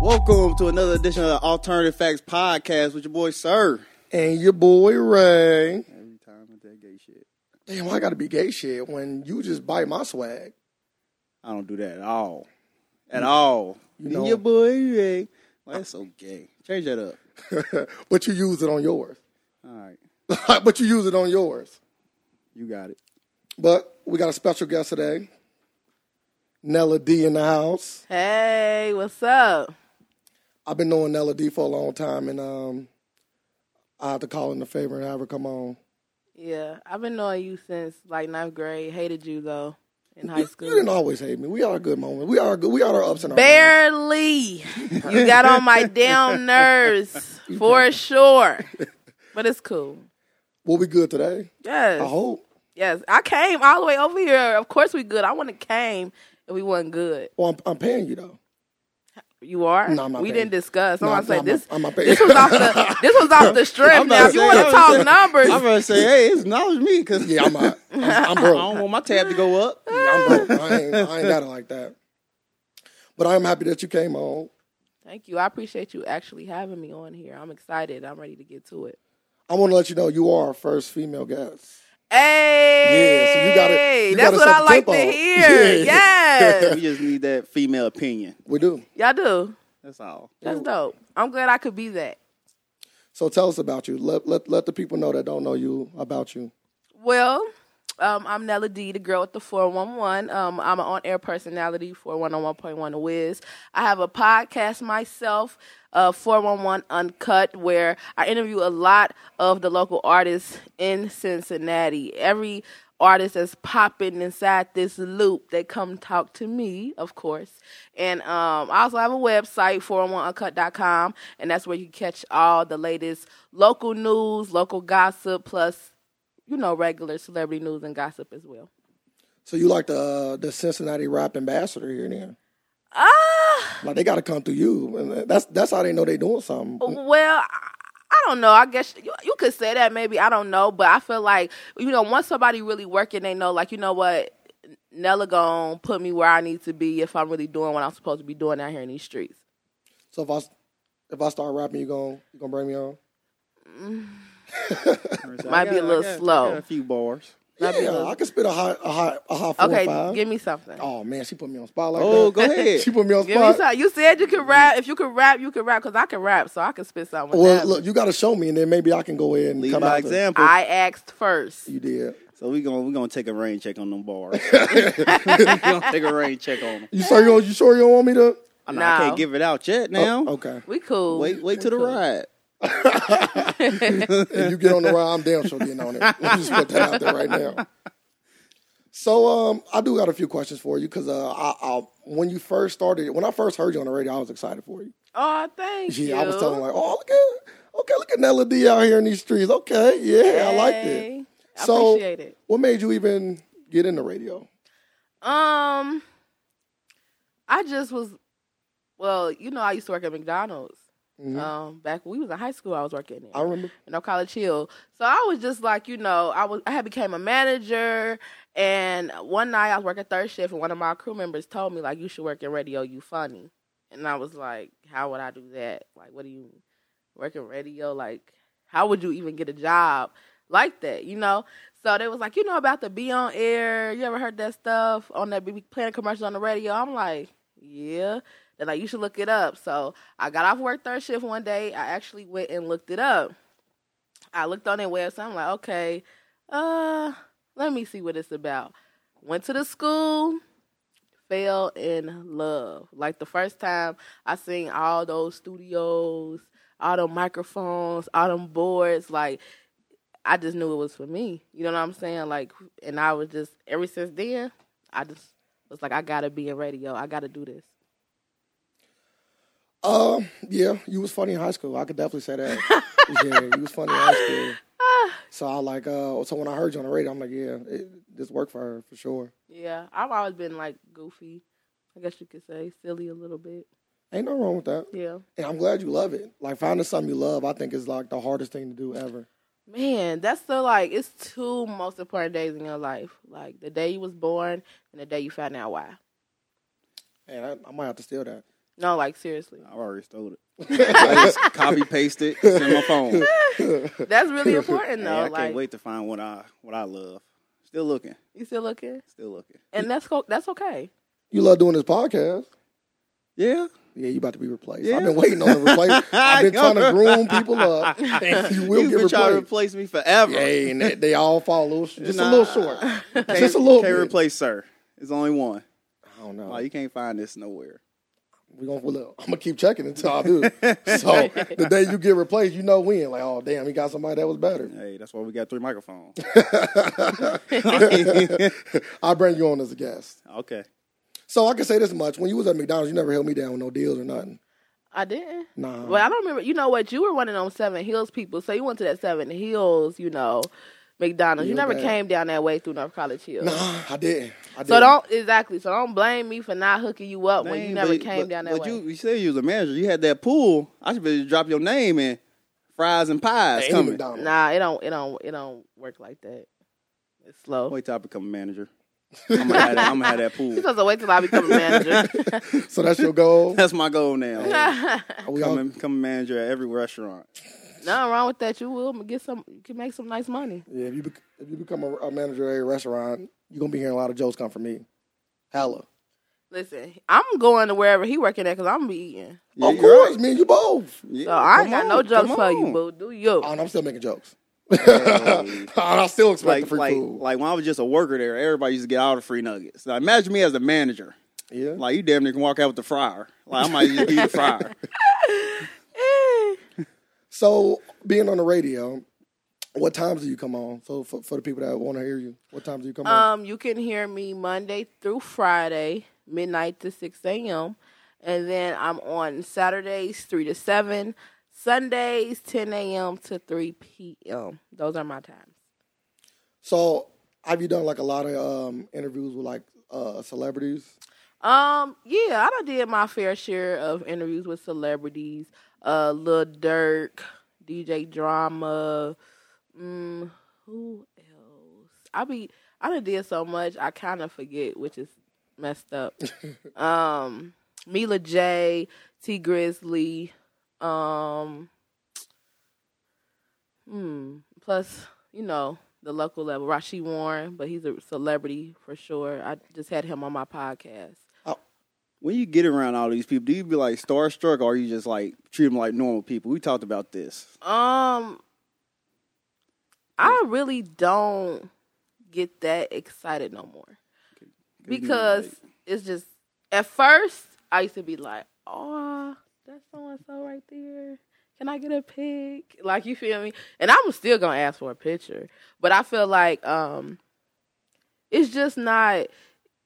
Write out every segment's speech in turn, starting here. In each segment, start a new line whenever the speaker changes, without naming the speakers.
welcome to another edition of the Alternative Facts Podcast with your boy Sir.
And your boy Ray.
Every time with that gay shit.
Damn, I gotta be gay shit when you just buy my swag.
I don't do that at all. At all.
You know-
your boy Ray. Well, that's so gay. Change that up.
but you use it on yours.
All right.
but you use it on yours.
You got it.
But we got a special guest today. Nella D in the house.
Hey, what's up?
I've been knowing Nella D for a long time and um I have to call in a favor and have her come on.
Yeah, I've been knowing you since like ninth grade. Hated you though in high
You- You didn't
school.
always hate me. We are a good moment. We are good we are our ups and our downs.
Barely. You got on my damn nerves for sure. But it's cool.
We'll be good today.
Yes.
I hope.
Yes. I came all the way over here. Of course we good. I wouldn't have came if we wasn't good.
Well, I'm, I'm paying you though.
You are?
No, I'm not
we
paying.
didn't discuss. So
No,
I'm
no,
saying
I'm
Oh, this
not- I'm not paying.
this was off the this was off the strip.
I'm
Now
not
if you
saying-
wanna
I'm
talk
saying-
numbers
I'm going to say, hey, acknowledge me because
Yeah, I'm out. I'm, I'm
I
broke.
don't want my tab to go up.
I'm broke. I ain't, I ain't got it like that. But I'm happy that you came on.
Thank you. I appreciate you actually having me on here. I'm excited. I'm ready to get to it.
I want to let you know you are our first female guest.
Hey,
Yeah, so you gotta- you
that's
gotta
what
set
I
the
like to
tempo.
hear.
Yeah.
Yes,
We just need that female opinion.
We do.
y'all do.
That's all.
That's dope. I'm glad I could be that.
So tell us about you. Let let let the people know that don't know you about you.
Well, um, I'm Nella D, the girl with the 411. Um, I'm an on air personality for 101.1 The Wiz. I have a podcast myself, uh, 411 Uncut, where I interview a lot of the local artists in Cincinnati. Every artist that's popping inside this loop, they come talk to me, of course. And um, I also have a website, 401uncut.com, and that's where you catch all the latest local news, local gossip, plus you know, regular celebrity news and gossip as well.
So you like the uh, the Cincinnati rap ambassador here then.
Ah,
Like they got to come through you, and that's that's how they know they doing
Oh.
something.
well, I, I don't know. I guess you, you could say that maybe. I don't know, but I feel like you know, once somebody really working, they know, like you know what, Nella gon' put me where I need to be if I'm really doing what I'm supposed to be doing out here in these streets.
So if I if I start rapping, you gonna you gonna bring me on?
Might be a little slow.
a few bars.
That'd be
yeah,
good.
I can spit a hot a hot a hot four or
Okay,
five.
give me something.
oh man, she put me on spot like
Oh,
that.
go ahead.
She put me on
Give me
spot.
something. You said you could rap. If you could rap, you could rap because I can rap, so I can spit something. with
Well,
that.
look, you got to show me, and then maybe I can go ahead and
Lead
come
by
out there.
example.
I asked first.
You did.
so we're going we gonna take a rain check on them bars. we're going to take a rain check on them.
You sure you, you sure you don't want me to?
I, know I can't
No.
give it out yet now.
Oh, okay.
We cool.
Wait, wait till the ride.
If you get on the ride, I'm damn sure getting on it. Let me just put that out there right now. So um, I do got a few questions for you because uh, I, I when you first started, when I first heard you on the radio, I was excited for you.
Oh, thank you.
Yeah, I was telling like, oh look at, okay, look at Nella D out here in these streets. Okay, yeah, I liked it.
Hey, I
So-
appreciate it.
What made you even get in the radio?
Um, I just was, well, you know, I used to work at McDonald's.
Mhm.
Um, back when we was in high school, I was working there.
I remember.
No College Hill. So I was just like, you know, I was I had became a manager and one night I was working third shift and one of my crew members told me like you should work in radio, you funny. And I was like, How would I do that? Like what do you work in radio? Like how would you even get a job like that? You know? So they was like, You know about the be on air, you ever heard that stuff on that be playing commercials on the radio? I'm like, Yeah. They're like, you should look it up. So I got off work third shift one day. I actually went and looked it up. I looked on their website. I'm like, okay, uh, let me see what it's about. Went to the school, fell in love. Like the first time I seen all those studios, all them microphones, all them boards, like I just knew it was for me. You know what I'm saying? Like and I was just ever since then, I just was like, I gotta be in radio. I gotta do this.
Uh, yeah, you was funny in high school. I could definitely say that. yeah, you was funny in high school. So I like uh so when I heard you on the radio, I'm like, yeah, it, this worked for her for sure.
Yeah. I've always been like goofy. I guess you could say silly a little bit.
Ain't no wrong with that.
Yeah.
And I'm glad you love it. Like finding something you love, I think is like the hardest thing to do ever.
Man, that's the like it's two most important days in your life. Like the day you was born and the day you found out why.
And I, I might have to steal that.
No, like seriously.
I already stole it. I just copy paste it. It's in my phone.
That's really important
Hey, I
though.
can't
like
wait to find what I what I love. Still looking.
you still looking,
Still looking.
and that's co- that's okay.
You love doing this podcast.
Yeah.
Yeah, you about to be replaced.
Yeah.
I've been waiting on a replacement. I've been trying to groom people up. And you will
You've
get
been trying to replace
replaced.
me forever.
Hey, and they, they all fall a little, just a
Nah.
little short.
Can't-
Just a little
Can't
bit.
replace sir. There's only one.
I don't know.
Oh, you can't find this nowhere.
we gonna, look, I'm gonna keep checking until I do. so the day you get replaced, you know when. Like, oh damn, he got somebody that was better.
Hey, that's why we got three microphones.
I'll bring you on as a guest.
okay.
So I can say this much: when you was at McDonald's, you never held me down with no deals or nothing.
I didn't.
Nah.
Um.
Well, I don't remember. You know what? You were one of them Seven Hills people, so you went to that Seven Hills. You know, McDonald's. You
Real
never
bad.
came down that way through North College Hill.
Nah, I didn't. I didn't.
So don't exactly. So don't blame me for not hooking you up when you
Dang,
never
but-
came
but-
down that
But
way.
you, you said you was a manager. You had that pool. I should be drop your name in fries and pies
Ain't
coming.
McDonald's.
Nah, it don't. It don't. It don't work like that. It's slow.
Wait till I become a manager. I'm gonna have that, I'm gonna have that
You're
pool.
supposed to wait till I become a manager.
So that's your goal.
That's my goal now.
we all,
Come and come manager at every restaurant.
Nothing wrong with that. You will get some. You can make some nice money.
yeah, if you bec- if you become a, a manager at a restaurant, you're gonna be hearing a lot of jokes come from me. Hella.
Listen, I'm going to wherever he working at because I'm gonna be eating.
Yeah,
of
you're right.
course, me and you both.
Yeah,
So I
come
ain't got
on,
no jokes
come
for you,
on.
boo. Do you?
Oh, and I'm still making jokes. Oh, and I still expect the
Like, like,
free food.
like when I was just a worker there, everybody used to get all the free nuggets. Now imagine me as a manager.
yeah.
Like you damn near can walk out with the fryer. Like I might just be the fryer.
Eh.
so being on the radio, what times do you come on? So for, for the people that want to hear you, what times do you come on?
Um, you can hear me Monday through Friday, midnight to six a.m., and then I'm on Saturdays three to seven, Sundays ten a.m. to three p.m. Those are my times.
So have you done like a lot of um, interviews with like uh, celebrities?
Um, yeah, I done did my fair share of interviews with celebrities. Uh, Lil Durk, DJ Drama, mm, who else? I be I done did so much I kind of forget, which is messed up. um, Mila J, T Grizzly, um, hmm, plus you know the local level, Rashi Warren, but he's a celebrity for sure. I just had him on my podcast.
When you get around all these people, do you be like starstruck or you just like treat them like normal people? We talked about this.
Um, I really don't get that excited no more because it's just at first I used to be like, oh, that's so and so right there. Can I get a pic? Like you feel me? And I'm still gonna ask for a picture, but I feel like um, it's just not.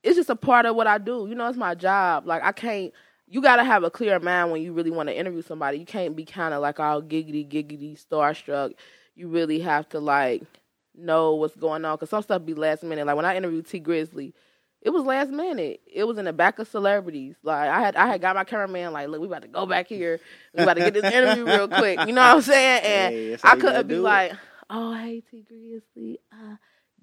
It's just a part of what I do. You know, it's my job. Like I can't. You gotta have a clear mind when you really want to interview somebody. You can't be kind of like all giggity giggity starstruck. You really have to like know what's going on because some stuff be last minute. Like when I interviewed T Grizzly, it was last minute. It was in the back of celebrities. Like I had I had got my cameraman like, look, we about to go back here. We about to get this interview real quick. You know what I'm saying? And
Hey, that's how
I
you gotta
couldn't be
do it.
like, oh hey T Grizzly, uh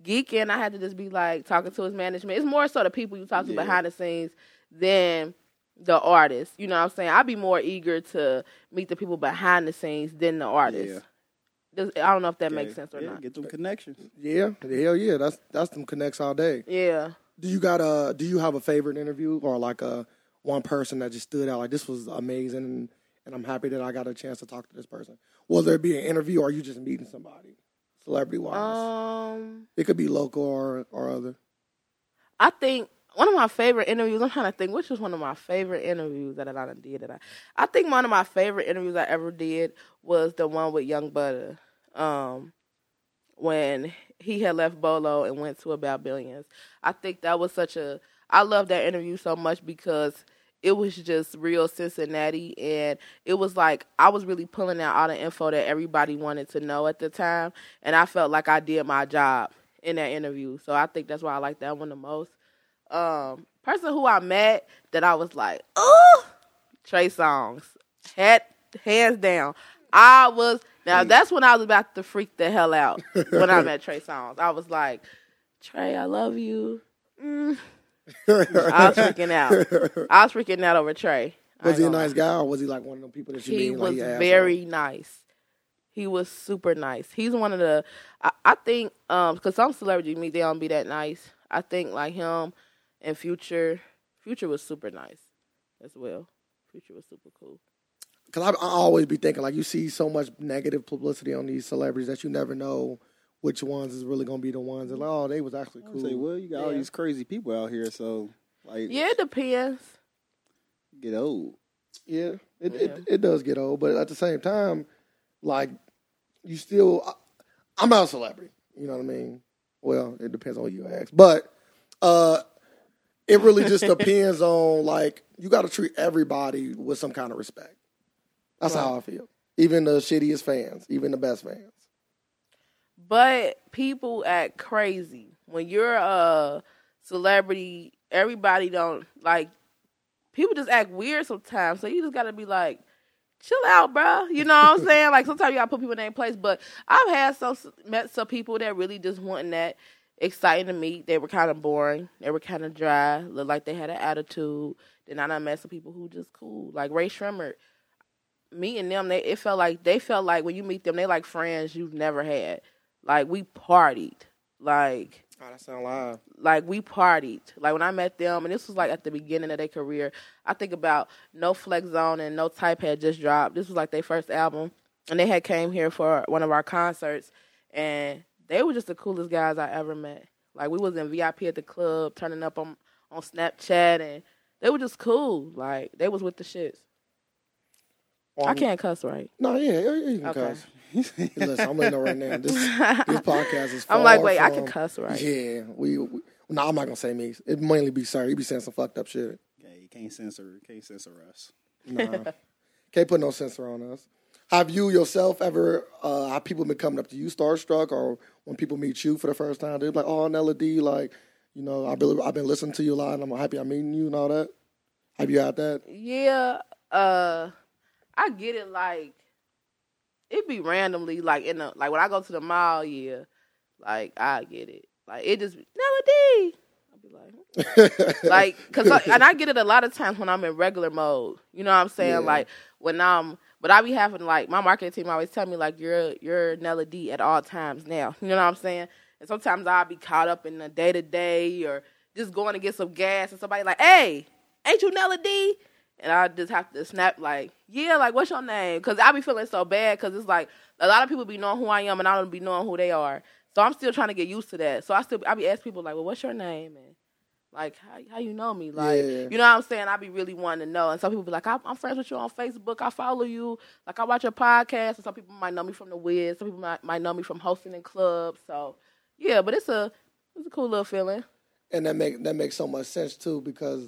geeking. I had to just be like talking to his management. It's more so the people you talk to
Yeah.
behind the scenes than the artist. You know what I'm saying? I'd be more eager to meet the people behind the scenes than the artist.
Yeah.
Does- I don't know if that
Yeah,
makes sense or
yeah,
not.
Get them connections.
Yeah, hell yeah, that's that's them connects all day.
Yeah.
Do you got a do you have a favorite interview or like a one person that just stood out like this was amazing and, and I'm happy that I got a chance to talk to this person? Will there be an interview or you just meeting somebody? Celebrity wise.
Um.
it could be local or or other.
I think one of my favorite interviews. I'm trying to think which was one of my favorite interviews that I done did. That I, I think one of my favorite interviews I ever did was the one with Young Butter, um, when he had left Bolo and went to About Billions. I think that was such a. I love that interview so much because it was just real Cincinnati, and it was like I was really pulling out all the info that everybody wanted to know at the time, and I felt like I did my job in that interview. So I think that's why I like that one the most. Um, person who I met that I was like, oh, Trey Songs, head hands down. I was now that's when I was about to freak the hell out when I met Trey Songs. I was like, Trey, I love you. Mm. I was freaking out. I was freaking out over Trey. I ain't
Was he a
gonna
nice
lie.
guy or was he like one of them people that you
He
mean,
was
like, yeah,
very nice. He was super nice. He's one of the I, I think um because some celebrities meet they don't be that nice. I think like him and Future. Future was super nice as well. Future was super cool.
Because I, I always be thinking like you see so much negative publicity on these celebrities that you never know which ones is really gonna be the ones that like, oh they was actually
I
cool.
would say, well, you got all
Yeah.
these crazy people out here, so like,
Yeah, it depends.
get old.
Yeah, it, it it does get old, but at the same time, like you still, I, I'm not a celebrity. You know what I mean? Well, it depends on who you ask, but uh, it really just depends on like you got to treat everybody with some kind of respect. That's how I feel. Even the shittiest fans, even the best fans.
But people act crazy when you're a celebrity. Everybody don't like people just act weird sometimes. So you just gotta be like, chill out, bruh. You know what I'm saying? Like sometimes you gotta put people in their place. But I've had some met some people that really just wasn't that exciting to meet. They were kind of boring. They were kind of dry. Looked like they had an attitude. Then I done met some people who just cool, like Ray Shrimmer. Meeting them, they it felt like they felt like when you meet them, they like friends you've never had. Like we partied. Like
Oh, that sound live.
like we partied. Like when I met them, and this was like at the beginning of their career. I think about No Flex Zone and No Type had just dropped. This was like their first album, and they had came here for one of our concerts, and they were just the coolest guys I ever met. Like we was in VIP at the club, turning up on on Snapchat, and they were just cool. Like they was with the shits. I
Um,
can't cuss right.
No, yeah, yeah, you can
Okay.
cuss. Listen, I'm letting know right now. This this podcast is.
I'm like,
far
wait, I
from-
can cuss right.
Yeah, we. we no, I'm not gonna say me. It mainly be sir. He be saying some fucked up shit.
Okay, you can't censor, can't censor us.
Nah. Can't put no censor on us. Have you yourself ever, uh, have people been coming up to you starstruck or when people meet you for the first time, they're like, oh, Nella D, like, you know, I've been, I've been listening to you a lot and I'm happy I'm meeting you and all that. Have you had that?
Yeah, uh, I get it. Like it be randomly, like in the like when I go to the mall. Yeah, like I get it. Like it just Melody. I be like, like because and I get it a lot of times when I'm in regular mode. You know what I'm saying?
Yeah.
Like when I'm, but I be having like my marketing team always tell me like you're you're Nella D at all times now. You know what I'm saying? And sometimes I'll be caught up in the day to day or just going to get some gas and somebody like, hey, ain't you Nella D? And I just have to snap like, yeah, like what's your name? Because I be feeling so bad because it's like a lot of people be knowing who I am and I don't be knowing who they are. So I'm still trying to get used to that. So I still I be asking people like, well, what's your name? And like how how you know me? Like
Yeah.
you know what I'm saying? I be really wanting to know. And some people be like, I'm, I'm friends with you on Facebook. I follow you. Like I watch your podcast. And some people might know me from the Wiz. Some people might, might know me from hosting in clubs. So yeah, but it's a it's a cool little feeling.
and that make that makes so much sense too because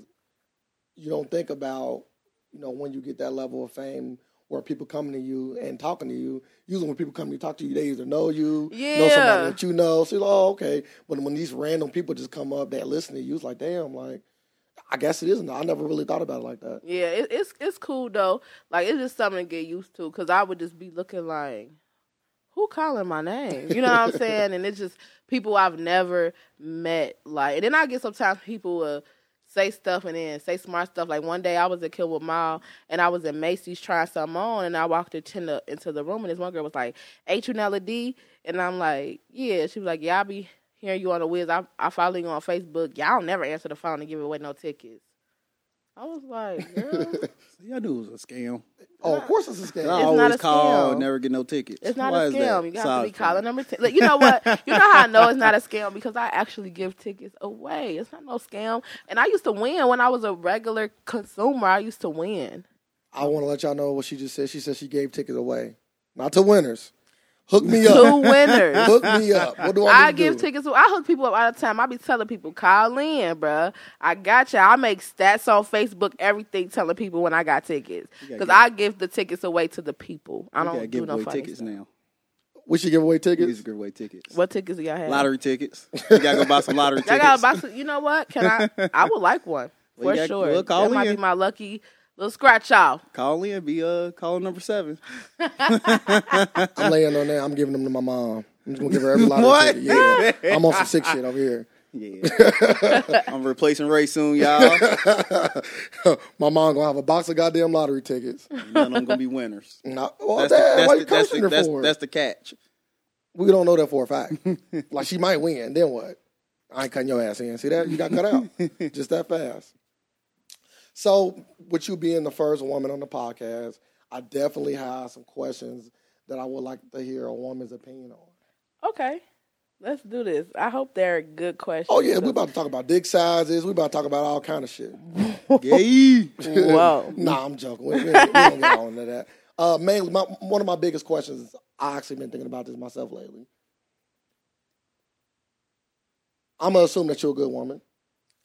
you don't think about you know when you get that level of fame where people come to you and talking to you. Usually when people come to you talk to you, they either know you, know
Yeah.
somebody that you know. So you're like, oh okay. But when these random people just come up that listen to you, it's like damn, like I guess it isn't. I never really thought about it like that.
Yeah, it, it's it's cool though. Like it's just something to get used to because I would just be looking like, who calling my name? You know what I'm saying? And it's just people I've never met. Like, and then I get sometimes people will say stuff and then say smart stuff. Like one day I was at Kilwood Mall and I was in Macy's trying something on, and I walked into the, into the room and this one girl was like, "Ain't you Nella D?" And I'm like, "Yeah." She was like, "Yeah, I be hearing you on the whiz. I I follow you on Facebook. Y'all never answer the phone and give away no tickets." I was like, girl,
So y'all do was a scam.
Oh, of course it's a
I
scam.
not
always
a
call,
scam.
never get no tickets.
It's not
Why
a
is that?
scam. You
So I
have to be
was
calling number ten. Like, you know what? You know how I know it's not a scam because I actually give tickets away. It's not no scam. And I used to win when I was a regular consumer. I used to win.
I want to let y'all know what she just said. She said she gave tickets away, not to winners. Hook me
Two
up.
winners.
Hook me up. What do I, need
I
to
give
do?
tickets. I hook people up all the time. I be telling people, call in, bruh. I got you. I make stats on Facebook, everything, telling people when I got tickets
gotta
because
give-
I give the tickets away to the people. I
You
don't
gotta
do
give
no
away
funny
tickets
stuff.
now.
We should give away
You
tickets.
just give away tickets.
What tickets do y'all have?
Lottery tickets. You gotta go buy some lottery
I
tickets.
got a box. Of, you know what? Can I? I would like one for
Well, you got-
sure.
well, call
that might
in.
be my lucky little scratch off.
Call in, be uh calling number seven.
I'm laying on there. I'm giving them to my mom. I'm just gonna give her every lottery
What?
ticket. Yeah, I'm on some sick shit over here.
Yeah. I'm replacing Ray soon, y'all.
My mom gonna have a box of goddamn lottery tickets.
None of them gonna be winners.
Nah, well,
That's
damn,
the,
why
that's, the,
you
that's,
cursing
the,
her
that's,
for?
that's the catch.
we don't know that for a fact. like she might win, then what? I ain't cutting your ass in. See that? You got cut out just that fast. So, with you being the first woman on the podcast, I definitely have some questions that I would like to hear a woman's opinion on.
Okay, let's do this. I hope they're good questions.
Oh yeah, we about to talk about dick sizes. We about to talk about all kind of shit.
Gay.
Whoa.
nah, I'm joking. We, we, we don't get all into that. Uh, mainly, my, one of my biggest questions. I actually been thinking about this myself lately. I'm gonna assume that you're a good woman.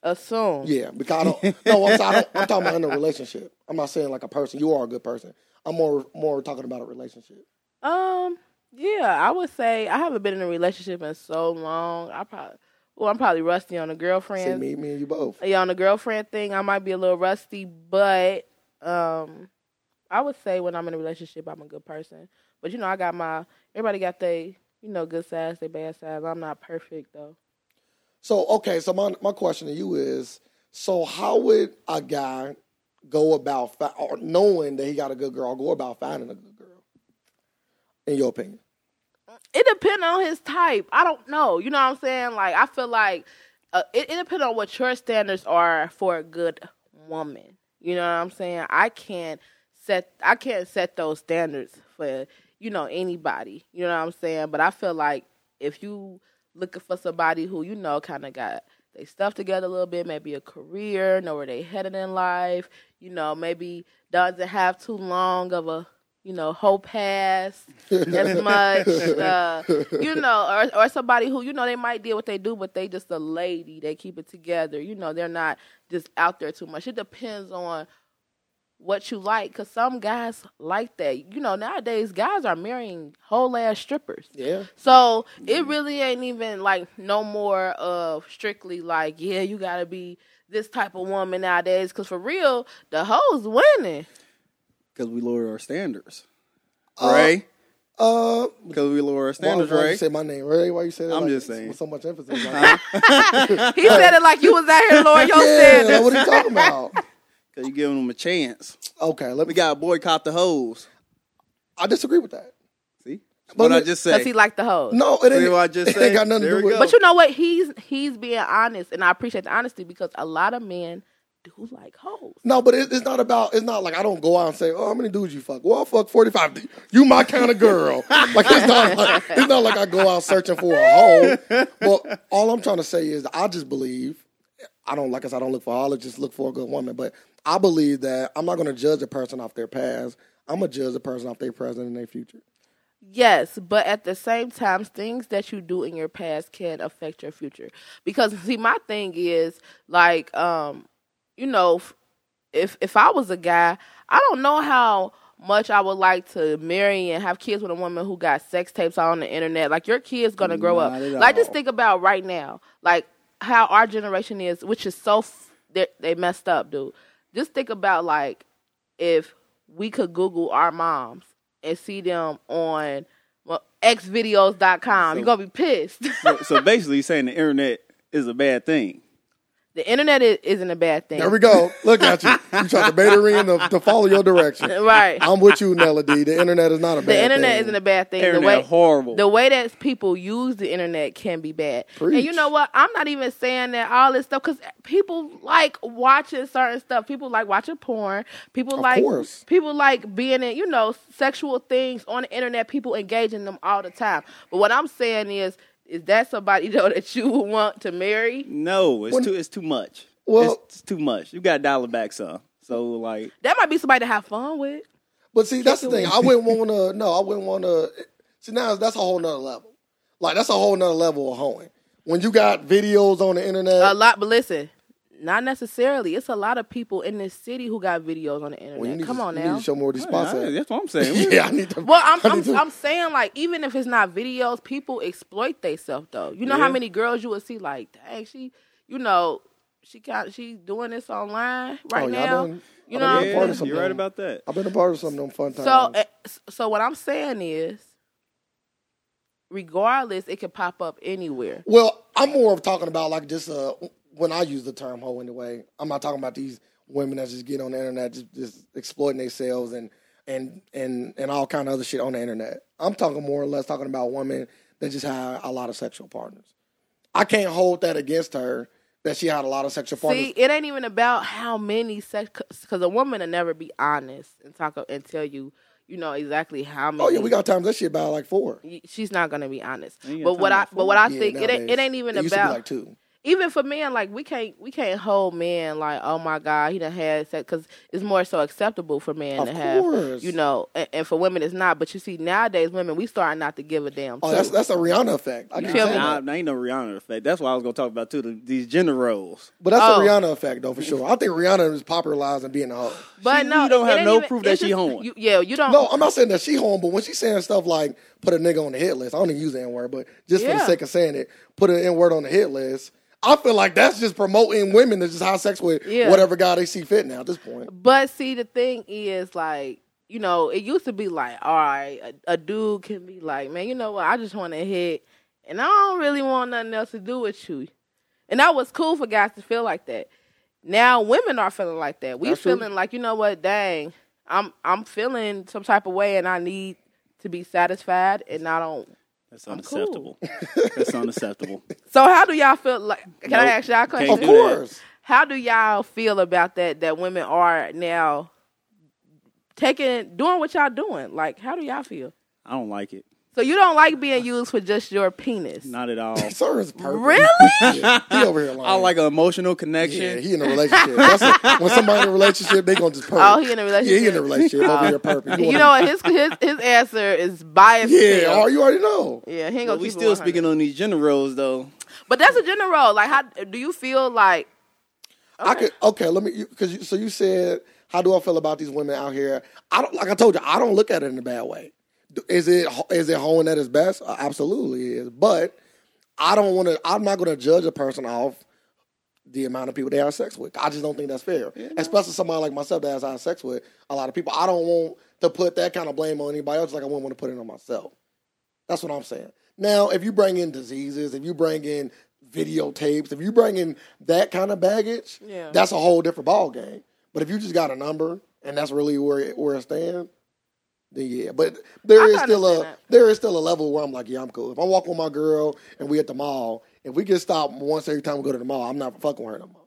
Assume.
Yeah, because I don't. No, I'm, sorry, I don't, I'm talking about in a relationship. I'm not saying like a person. You are a good person. I'm more more talking about a relationship.
Um. Yeah, I would say I haven't been in a relationship in so long. I probably, well, I'm probably rusty on a
See
girlfriend.
me, me and you both.
Yeah, on the girlfriend thing, I might be a little rusty, but um, I would say when I'm in a relationship, I'm a good person. But you know, I got my everybody got they you know good sides, they bad sides. I'm not perfect though.
So okay, so my my question to you is: so how would a guy go about fi- or knowing that he got a good girl? Go about finding a good girl. In your opinion,
It depends on his type. I don't know. You know what I'm saying? Like I feel like uh, it, it depends on what your standards are for a good woman. You know what I'm saying? I can't set I can't set those standards for you know anybody. You know what I'm saying? But I feel like if you looking for somebody who you know kind of got they stuff together a little bit, maybe a career, know where they headed in life, you know, maybe doesn't have too long of a you know whole past as much, uh, you know, or or somebody who you know they might deal what they do, but they just a lady, they keep it together, you know, they're not just out there too much. It depends on what you like, cause some guys like that. You know, nowadays guys are marrying whole ass strippers.
yeah.
So it really ain't even like no more of strictly like, yeah, you gotta be this type of woman nowadays. Cause for real, the hoes winning.
Because we lowered our standards.
Uh,
Ray.
Uh,
Because we lowered our standards,
why, why you
Ray.
say my name, Ray? Why you say that?
I'm
like,
just saying.
With so much emphasis. Like,
He said it like you was out here lowering your
yeah, like,
standards.
what are you talking about?
Because you giving them a chance.
Okay, let
We
me.
got to boycott the hoes.
I disagree with that.
See? That's
But
what I
look-
just
Cause he
said.
liked the hoes.
No, it
See
ain't.
what I just
it
said?
ain't got nothing
There
to do
we go.
with.
But you know what? He's he's being honest and I appreciate the honesty because a lot of men do like hoes.
No, but it, it's not about. It's not like I don't go out and say, "Oh, how many dudes you fuck?" Well, I fuck forty five. You my kind of girl. like it's not. Like, it's not like I go out searching for a hole. But all I'm trying to say is, I just believe. I don't like us. I don't look for all. I just look for a good woman. But I believe that I'm not going to judge a person off their past. I'm gonna judge a person off their present and their future.
Yes, but at the same time, things that you do in your past can affect your future. Because see, my thing is like, um, you know, f- if if I was a guy, I don't know how much I would like to marry and have kids with a woman who got sex tapes out on the internet. Like your kids gonna grow
Not
up.
at
Like just
all.
think about right now, like how our generation is, which is so f- they they messed up, dude. Just think about like if we could Google our moms and see them on well, xvideos.com. You're
So-
going to be pissed.
so, so basically, you're saying the internet is a bad thing.
the internet is, isn't a bad thing.
There we go. Look at you. You tried to bait her in to, to follow your direction.
Right.
I'm with you, Melody. The internet is not a bad.
The internet
thing.
isn't a bad thing.
Internet
the way
horrible.
the way that people use the internet can be bad. And you
Preach.
know what? I'm not even saying that all this stuff because people like watching certain stuff. People like watching porn. People
Of
like
course.
people like being in you know sexual things on the internet. People engaging them all the time. But what I'm saying is, is that somebody though that you would want to marry?
No, it's
When-
too. It's too much.
Well-
it's, it's too much. You got to dial it back some. So like,
That might be somebody to have fun with.
But see, that's the thing. I wouldn't want to. No, I wouldn't want to. See, now that's a whole nother level. Like that's a whole nother level of hoeing. When you got videos on the internet,
A lot, but listen, not necessarily. It's a lot of people in this city who got videos on the internet.
well, you need
Come
to,
on
you
now.
need to show more of these spots.
I-
at.
that's what I'm saying.
Yeah, I need to.
Well, I'm
I
I'm,
need to-
I'm saying like even if it's not videos, people exploit themselves though. You know how
Yeah.
many girls you would see like, dang, she, you know, she got she doing this online right
Oh, yeah, I
now.
done-
you
I
know
done
what
been
I'm
a part of
yeah,
saying?
some
you're right about that.
eh,
I've been a part of some of them fun times.
So, eh, so what I'm saying is, regardless, it could pop up anywhere.
Well, I'm more of talking about like just uh when I use the term hoe anyway. I'm not talking about these women that just get on the internet just, just exploiting themselves and and and and all kind of other shit on the internet. I'm talking more or less talking about women that just had a lot of sexual partners. I can't hold that against her that she had a lot of sexual partners.
See, it ain't even about how many sex, because a woman will never be honest and talk and tell you, you know exactly how many.
oh yeah, we got times that shit about like four.
y- she's not gonna be honest.
You ain't
But what
talking
I
about
but what I
Yeah,
think it ain't it
nowadays.
ain't even
it used to
about
be like two.
even for men like we can't we can't hold men like oh my god he done had sex because it's more so acceptable for men
Of
to have
course.
you know and, and for women it's not. But you see nowadays women we starting not to give a damn.
Oh,
too.
that's that's a Rihanna effect. I
You
can
feel
tell that.
me?
Nah, nah, ain't no Rihanna effect. That's what I was gonna talk about too. The, these gender roles.
But that's
Oh.
a Rihanna effect though for sure. I think Rihanna is popularizing being a hoe.
but
she-
no,
you don't
it
have
ain't
no
even-
proof that
it's
she
just-
hoeing.
you- yeah, you don't.
No, I'm not saying that she home, but when she's saying stuff like put a nigga on the hit list, I don't even use the N word, but just for
Yeah.
the sake of saying it, put an N word on the hit list. I feel like that's just promoting women to just have sex with
Yeah.
whatever guy they see fit now at this point.
But see, the thing is, like, you know, it used to be like, all right, a, a dude can be like, man, you know what? I just want to hit, and I don't really want nothing else to do with you. And that was cool for guys to feel like that. Now women are feeling like that. We
That's true.
feeling like, you know what? Dang, I'm I'm feeling some type of way, and I need to be satisfied, and I don't.
That's
I'm cool.
unacceptable. That's unacceptable.
So how do y'all feel? Like, can I
Nope.
ask y'all a question?
Of
do that.
course.
How do y'all feel about that? That women are now taking doing what y'all doing. Like, how do y'all feel?
I don't like it.
So you don't like being used for just your penis?
Not at all.
Sir is perfect.
Really?
Yeah, he over here lying.
I like an emotional
Yeah,
connection.
he in a relationship. That's a- when somebody in a relationship, they gonna just perp.
Oh, he in a
yeah, he in a
relationship. Oh.
relationship over here perping.
you know what? His his his answer is biased.
Yeah,
still.
oh, you already know.
yeah. He
But
ain't gonna
we
keep it
still
100.
speaking on these gender roles though.
But that's a general. Like, how do you feel? Like,
I could okay. Let me because you, so you said how do I feel about these women out here? I don't like I told you I don't look at it in a bad way. D- Is it ho- is it hoeing at its best? Uh, absolutely it is. But I don't want to. I'm not going to judge a person off the amount of people they have sex with. I just don't think that's fair, especially somebody like myself that has had sex with a lot of people. I don't want to put that kind of blame on anybody else. Like I wouldn't want to put it on myself. That's what I'm saying. Now, if you bring in diseases, if you bring in videotapes, if you bring in that kind of baggage,
Yeah.
that's a whole different ball game. But if you just got a number and that's really where it, where it stands, then yeah. But
I
there is
can
still a
understand
there is still a level where I'm like, yeah, I'm cool. If I walk with my girl and we at the mall, if we get stopped once every time we go to the mall, I'm not fucking with her no more.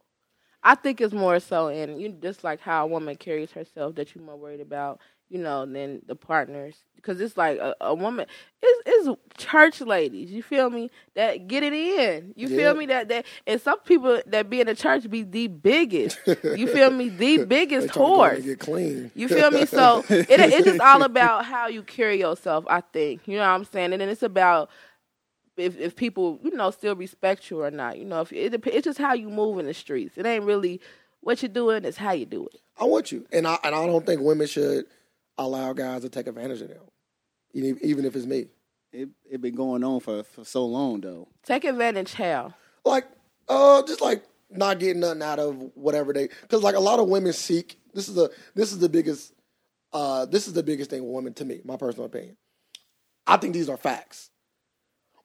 I think it's more so in you just like how a woman carries herself that you're more worried about, you know, than the partners. Because it's like a, a woman, it's, it's church ladies. You feel me? That get it in. You
Yeah.
feel me? That that and some people that be in the church be the biggest. You feel me? The biggest
They trying to go in
whore.
and get clean.
You feel me? So it, it's just all about how you carry yourself. I think you know what I'm saying, and then it's about if if people you know still respect you or not. You know, if it, dep- it's just how you move in the streets. It ain't really what you're doing; it's how you do it.
I want you, and I and I don't think women should allow guys to take advantage of them, even even if it's me.
It it been going on for, for so long though.
Take advantage, how?
like uh just like not getting nothing out of whatever they because like a lot of women seek this is the this is the biggest uh this is the biggest thing with women to me my personal opinion i think these are facts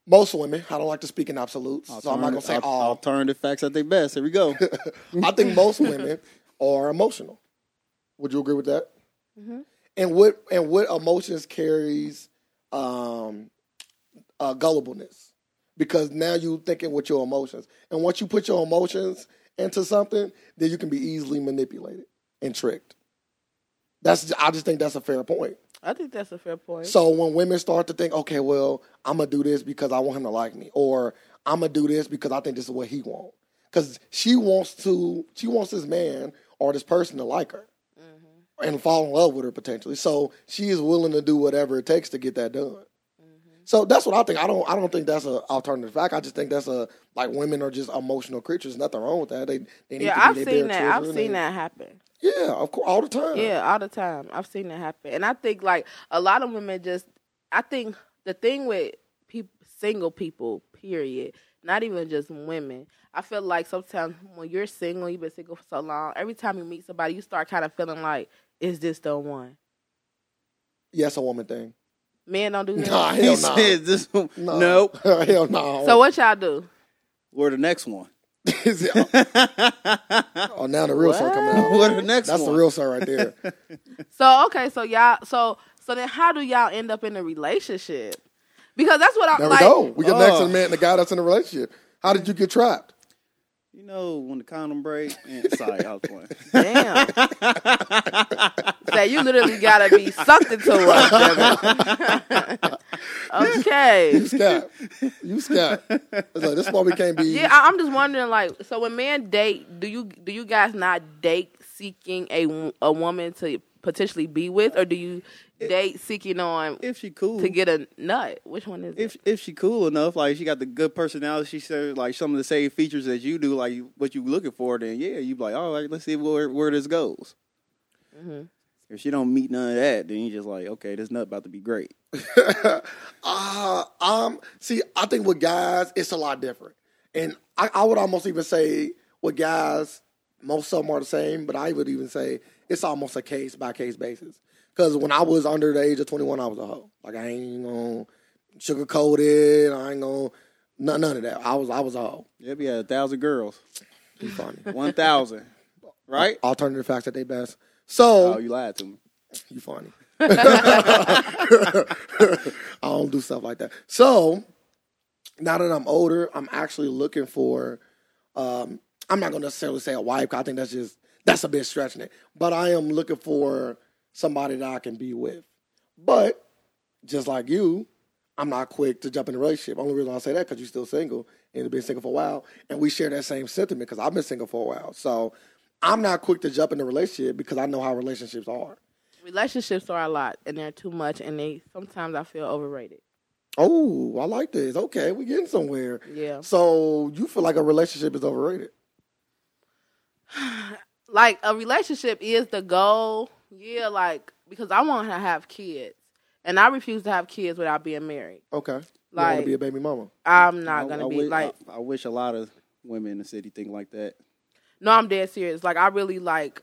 most women i don't like to speak in absolutes so i'm not gonna say
Alternative-
all
alternative facts at their best. Here we go.
I think most women are emotional. Would you agree with that? And what and what emotions carries um, uh, gullibleness? Because now you thinking with your emotions, and once you put your emotions into something, then you can be easily manipulated and tricked. That's I just think that's a fair point.
I think that's a fair point.
So when women start to think, okay, well, I'm gonna do this because I want him to like me, or I'm gonna do this because I think this is what he wants, because she wants to, she wants this man or this person to like her
Mm-hmm.
and fall in love with her potentially. So she is willing to do whatever it takes to get that done.
Mm-hmm.
So that's what I think. I don't. I don't think that's an alternative fact. I just think that's a like women are just emotional creatures. Nothing wrong with that. They, they need
yeah,
to
I've
be their
seen
bare
that. I've
children
seen
and-
that happen.
Yeah, of course, all the time.
Yeah, all the time. I've seen that happen. And I think like a lot of women just I think the thing with peop single people, period, not even just women. I feel like sometimes when you're single, you've been single for so long, every time you meet somebody, you start kind of feeling like, is this the one?
yes, a woman thing.
Men don't do that.
Nah,
He
hell no.
said this one.
no.
Nope.
hell no.
So what y'all do?
We're the next one.
Is it- oh, now the real sir coming out.
We're the next
That's
one.
the real sir right there.
So okay, so y'all, so so then how do y'all end up in a relationship? Because that's what I'm
There
like.
we go. We get next to
oh.
the man, the guy that's in a relationship. How did you get trapped?
You know when the condom break. And, sorry, I was playing.
Damn. Say you literally gotta be sucked into it. okay.
You scat. You scat. It's like this is why we can't be.
Yeah, I, I'm just wondering, like, so when men date, do you do you guys not date seeking a wo- a woman to potentially be with, or do you date seeking on
If she cool,
to get a nut? Which one is
if
it?
if she cool enough, like she got the good personality, she said like some of the same features that you do, like what you looking for. Then yeah, you be like, all right, let's see where where this goes.
Mm-hmm.
If she don't meet none of that, then you just like, okay, this nut about to be great.
Uh, um, see, I think with guys, it's a lot different. And I, I would almost even say with guys, most of them are the same, but I would even say it's almost a case by case basis. Because when I was under the age of 21, I was a hoe. Like, I ain't gonna sugarcoat it. I ain't gonna, none, none of that. I was, I was a hoe.
Yep, yeah, a thousand girls,
Be funny.
one thousand, right?
Alternative facts at their best. So,
Oh, you lied to me.
You funny. I don't do stuff like that. So now that I'm older, I'm actually looking for. Um, I'm not gonna necessarily say a wife. 'cause I think that's just that's a bit stretching it. But I am looking for somebody that I can be with. But just like you, I'm not quick to jump in a relationship. Only reason I say that because you're still single and you've been single for a while, and we share that same sentiment because I've been single for a while. So I'm not quick to jump in a relationship because I know how relationships are.
Relationships are a lot, and they're too much, and they sometimes I feel overrated.
Oh, I like this. Okay, we getting somewhere.
Yeah.
So you feel like a relationship is overrated?
like a relationship is the goal. Yeah, like because I want to have kids, and I refuse to have kids without being married.
Okay. you want
Like-
to be a baby mama?
I'm not
I-
gonna
I
be
wish-
like.
I, I wish a lot of women in the city think like that.
No, I'm dead serious. Like I really like.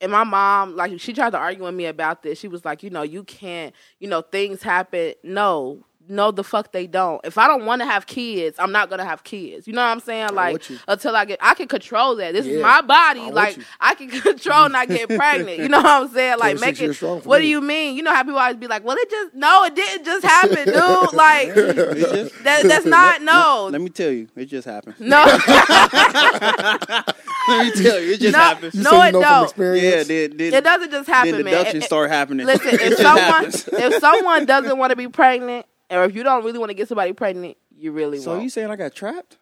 And my mom, like she tried to argue with me about this. She was like, you know, you can't, you know, things happen. No, no, the fuck they don't. If I don't want to have kids, I'm not gonna have kids. You know what I'm saying? Like
with you.
until I get, I can control that. This
Yeah,
is my body.
I'm with
like
you.
I can control not getting pregnant. You know what I'm saying? Like
26
make it.
years strong for
What do
me.
you mean? You know how people always be like, well, it just no, it didn't just happen, dude. Like
It's just-
that, that's not no.
let me tell you, it just happened.
no,
let me tell you, it just
No.
happened.
You
No,
say
it
you know
don't.
from experience.
Yeah, then then,
it doesn't just happen,
then
man. It-
deduction
it-
start happening.
Listen,
It
if
just
someone
happens.
if someone doesn't want to be pregnant, or if you don't really want to get somebody pregnant, you really
So
won't.
you saying I got trapped?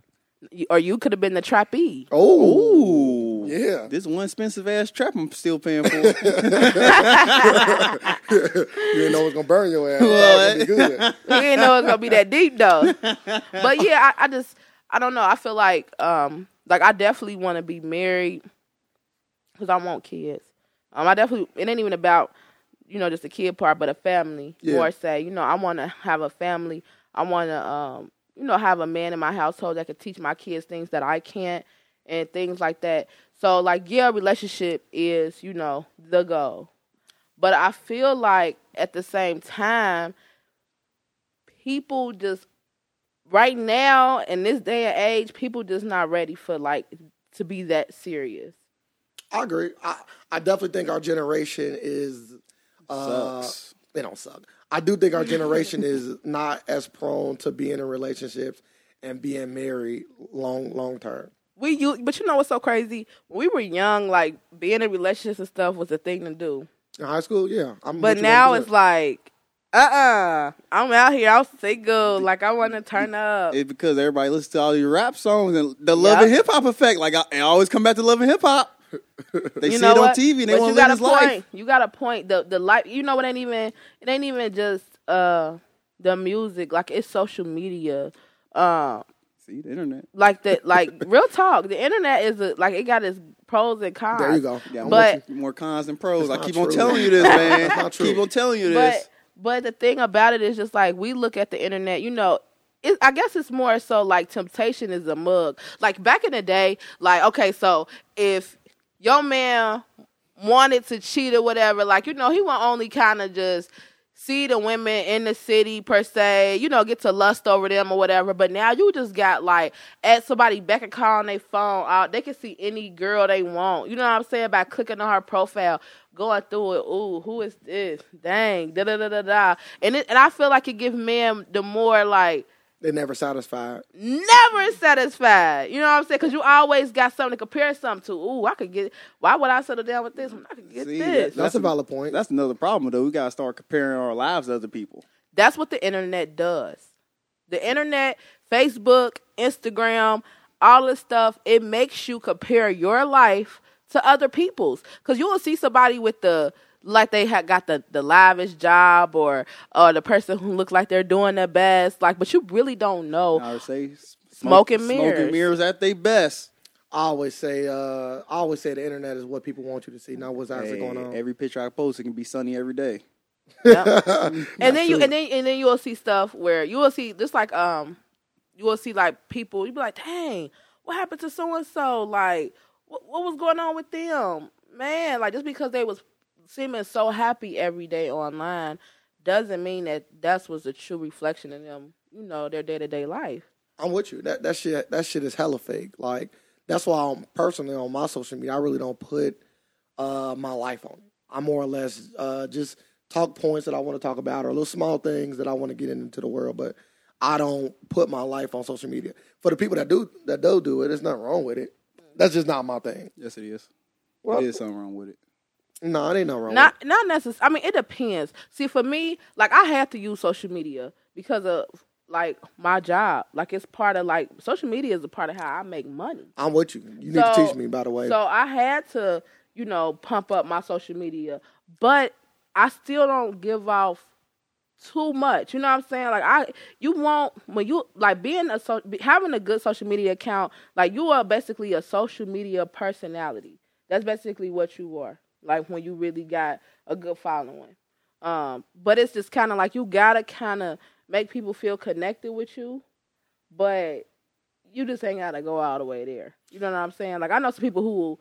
You- or you could have been the trappee.
Oh,
Ooh.
yeah.
This one expensive ass trap I'm still paying for.
You didn't know it's gonna burn your ass. That's gonna be good.
You didn't know it was gonna be that deep though. But yeah, I, I just I don't know. I feel like um like I definitely want to be married because I want kids. Um, I definitely it ain't even about you know just the kid part, but a family.
Yeah.
More say you know I want to have a family. I want to um you know have a man in my household that can teach my kids things that I can't and things like that. So like yeah, relationship is you know the goal, but I feel like at the same time people just right now in this day and age, people just not ready for like to be that serious.
I agree. I, I definitely think our generation is uh,
Sucks.
They don't suck. I do think our generation is not as prone to being in relationships and being married long long term.
We you but you know what's so crazy? When we were young, like being in relationships and stuff was a thing to do.
In high school, yeah. I'm with
But
you
now
100%.
it's like, uh uh-uh, uh, i am out here, I'm single, like I wanna turn up.
it's because everybody listens to all your rap songs and the love and
Yep.
hip hop effect. Like I, I always come back to love and hip hop. They
you
see
know
it on
what?
TV and they want
But you
to live
got a
his life.
point. You got a point. The the life you know it ain't even it ain't even just uh the music, like it's social media. Um
See the internet.
like the like real talk. The internet is a, like it got its pros and cons.
there you go.
Yeah,
I'm
But-
with
more cons than pros.
It's
I
not
keep on
true.
telling you this, man.
not true.
Keep on telling you this.
But but the thing about it is just like we look at the internet, you know. It, I guess it's more so like temptation is a mug. Like back in the day, like okay, so if your man wanted to cheat or whatever, like you know he would only kind of just see the women in the city per se, you know, get to lust over them or whatever. But now you just got like at somebody back and call on their phone out. They can see any girl they want. You know what I'm saying? By clicking on her profile, going through it. Ooh, who is this? Dang, da da da da da. And it, and I feel like it gives men the more like
They never satisfied.
never satisfied. You know what I'm saying? Because you always got something to compare something to. Ooh, I could get. Why would I settle down with this? when I could get
See,
this.
That's, a valid point.
That's another problem though. We gotta start comparing our lives to other people.
That's what the internet does. The internet, Facebook, Instagram, all this stuff, it makes you compare your life to other people's. Cause you will see somebody with the like they had got the, the lavish job or or the person who looks like they're doing their best. Like, but you really don't know.
I would say s-
Smoke and mirrors.
Smoking mirrors at their best.
I always say, uh, I always say the internet is what people want you to see, not what's
Hey,
actually going on.
Every picture I post, it can be sunny every day.
and then you and then and then you will see stuff where you will see just like um you will see like people you be like dang what happened to so and so like what what was going on with them man like just because they was seeming so happy every day online doesn't mean that that's was a true reflection of them you know their day to day life
I'm with you. That that shit that shit is hella fake. Like that's why I'm personally on my social media, I really don't put uh my life on it. I more or less uh just talk points that I want to talk about or little small things that I want to get into the world, but I don't put my life on social media. For the people that do that do do it, there's nothing wrong with it. That's just not my thing.
Yes, it is.
Well,
There is something wrong with it.
No, it ain't nothing wrong
Not not necessarily. I mean, it depends. See, for me, like I have to use social media because of like my job. Like it's part of like social media is a part of how I make money.
with it. I'm with you. You need to
So-
teach me, by the way.
So I had to, you know, pump up my social media, but I still don't give off too much. You know what I'm saying? Like I, you want when you like being a so, be- having a good social media account. Like you are basically a social media personality. That's basically what you are. Like when you really got a good following. Um, but it's just kind of like you gotta kind of make people feel connected with you, but you just ain't gotta go all the way there. You know what I'm saying? Like I know some people who will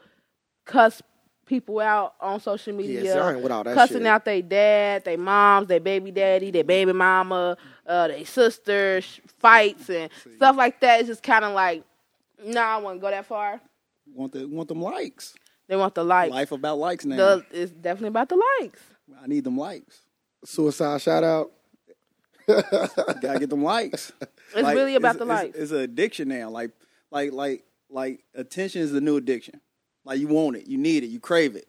cuss people out on social media,
yeah, see, I ain't with all that
cussing
shit.
out their dad, their moms, their baby daddy, their baby mama, uh, their sister sh- fights and stuff like that. It's just kind of like, nah, I wouldn't go that far.
Want the want them likes.
They want the likes.
Life about likes now.
The, it's definitely about the likes.
I need them likes.
Suicide shout out.
Gotta get them likes.
It's
Like,
really about
it's-
the
it's-
likes.
It's, an addiction now. Like like like like attention is the new addiction. Like you want it, you need it, you crave it.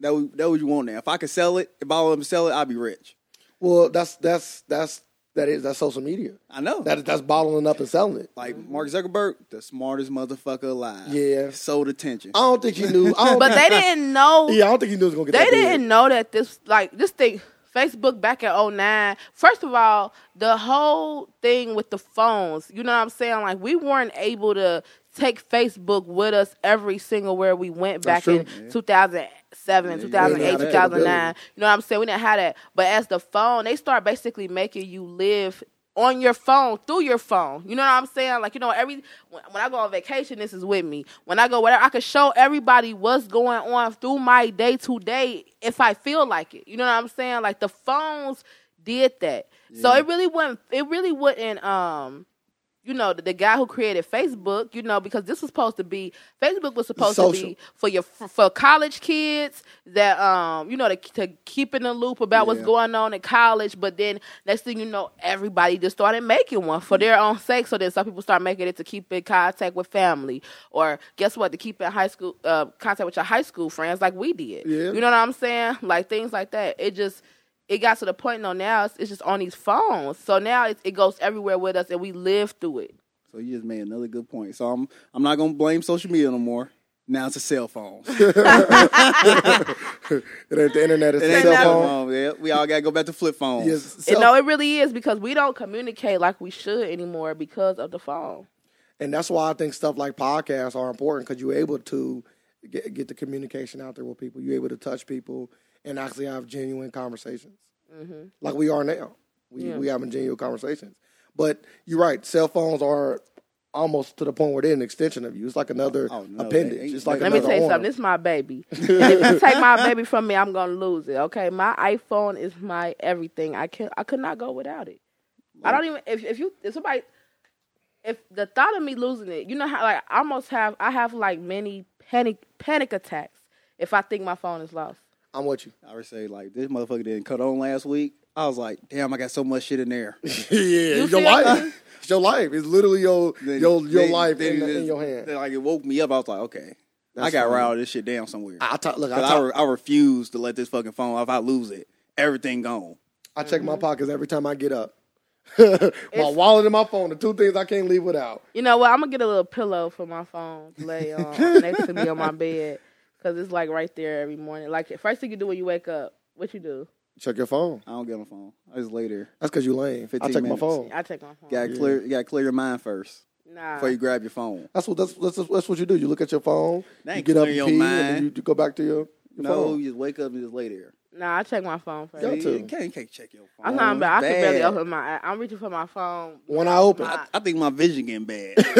That what- that what you want now. If I could sell it, if I were to sell it, I'd be rich.
Well, that's that's that's that is that's social media.
I know.
That that's bottling up and selling it.
like Mark Zuckerberg, the smartest motherfucker alive.
Yeah. Um,
Sold attention.
I don't think he knew. I don't,
but they didn't know.
yeah, I don't think he knew it was gonna get.
they
that big.
didn't know that this like this thing facebook back in 09 first of all the whole thing with the phones you know what i'm saying like we weren't able to take facebook with us every single where we went back
true.
in 2007
Yeah, you didn't have
2008
that
2009 you know what i'm saying we didn't have that but as the phone they start basically making you live on your phone through your phone you know what i'm saying like you know every when, when i go on vacation this is with me when i go whatever i can show everybody what's going on through my day to day if i feel like it you know what i'm saying like the phones did that so it really wouldn't it really wouldn't um you know the, the guy who created facebook you know because this was supposed to be facebook was supposed to
Social.
be for your for college kids that um you know to, to keep in the loop about what's
Yeah.
going on in college but then next thing you know everybody just started making one for their own sake so then some people start making it to keep in contact with family or guess what to keep in high school uh, contact with your high school friends like we did
Yeah.
you know what i'm saying like things like that it just it got to the point though now it's, it's just on these phones so now it, it goes everywhere with us and we live through it
So you just made another good point. So I'm I'm not gonna blame social media no more. Now it's the cell phones.
It ain't the internet. It's
It
the
ain't
cell
cell
phone.
phone, yeah. We all gotta go back to flip phones.
Yes,
And
cell-
no, it really is because we don't communicate like we should anymore because of the phone.
and that's why I think stuff like podcasts are important because you're able to get, get the communication out there with people. You're able to touch people and actually have genuine conversations,
Mm-hmm.
like we are now. We we having genuine conversations. But you're right. Cell phones are almost to the point where they're an extension of you. It's like another
Oh, no,
appendage.
they-
it's like
they-
Let me
another
tell you
arm.
something. This is my baby. And if you take my baby from me, I'm gonna lose it. Okay, my iPhone is my everything. I can I could not go without it. I don't even if if you if somebody if the thought of me losing it, you know how like I almost have I have like many panic panic attacks if I think my phone is lost.
I'm with you.
I would say like this motherfucker didn't cut on last week. I was like, damn, I got so much shit in there.
yeah, it's your
see
life.
that?
It's your life. It's literally your
Then-
your your
then-
life
then
in,
it
in
is-
your hand.
then, like it woke me up. I was like, okay, I
That's
got to
funny.
rile this shit down somewhere.
I, I talk, look. I,
'Cause I,
talk,
re- I refuse to let this fucking phone. If I lose it, everything gone.
I check
Mm-hmm.
my pockets every time I get up. my wallet and my phone, the two things I can't leave without.
You know what? I'm gonna get a little pillow for my phone to lay on next to me on my bed because it's like right there every morning. Like first thing you do when you wake up, what you do?
Check your phone.
I don't get on the phone. I just lay there.
That's because you lame. I
15
check my
minutes.
phone.
I take my phone.
Got to clear. You got to clear your mind first
Nah.
before you grab your phone.
That's what that's, that's that's what you do. You look at your phone.
That
you
ain't
get up
clear
and
your
pee, and
mind.
then you, you go back to your, your
No,
phone.
you just wake up and just lay there.
Nah, I check my phone first.
Yo,
You
too.
can't, you can't check your phone.
I'm not
It's
bad. I can barely
bad.
open my. I'm reaching for my phone.
When I open,
I, I think my vision getting bad. like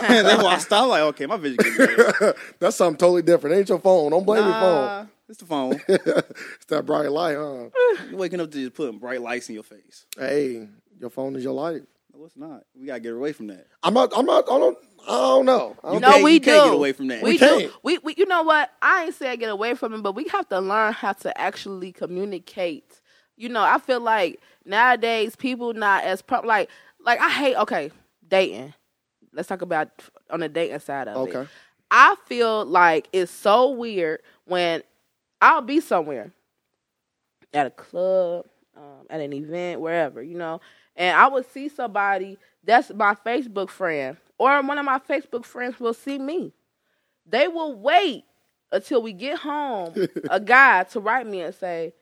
that's why I stopped. Like okay, my vision getting bad.
that's something totally different. It ain't your phone. Don't blame
Nah, it's the phone.
your phone. it's that bright light, huh?
You're waking up to just putting bright lights in your face.
hey, your phone is your life.
No, it's not. We gotta get away from that.
I'm not. I'm not. I don't. I don't know. I don't-
You can't-
no, we
you
do.
can't get away from that.
We,
We
do.
can't.
We, we, you know what? I ain't saying get away from it, but we have to learn how to actually communicate. You know, I feel like nowadays people not as pro- like like I hate. Okay, dating. Let's talk about on the dating side of it.
Okay.
I feel like it's so weird when I'll be somewhere at a club, um, at an event, wherever, you know, and I would see somebody that's my Facebook friend, or one of my Facebook friends will see me. They will wait until we get home, a guy to write me and say,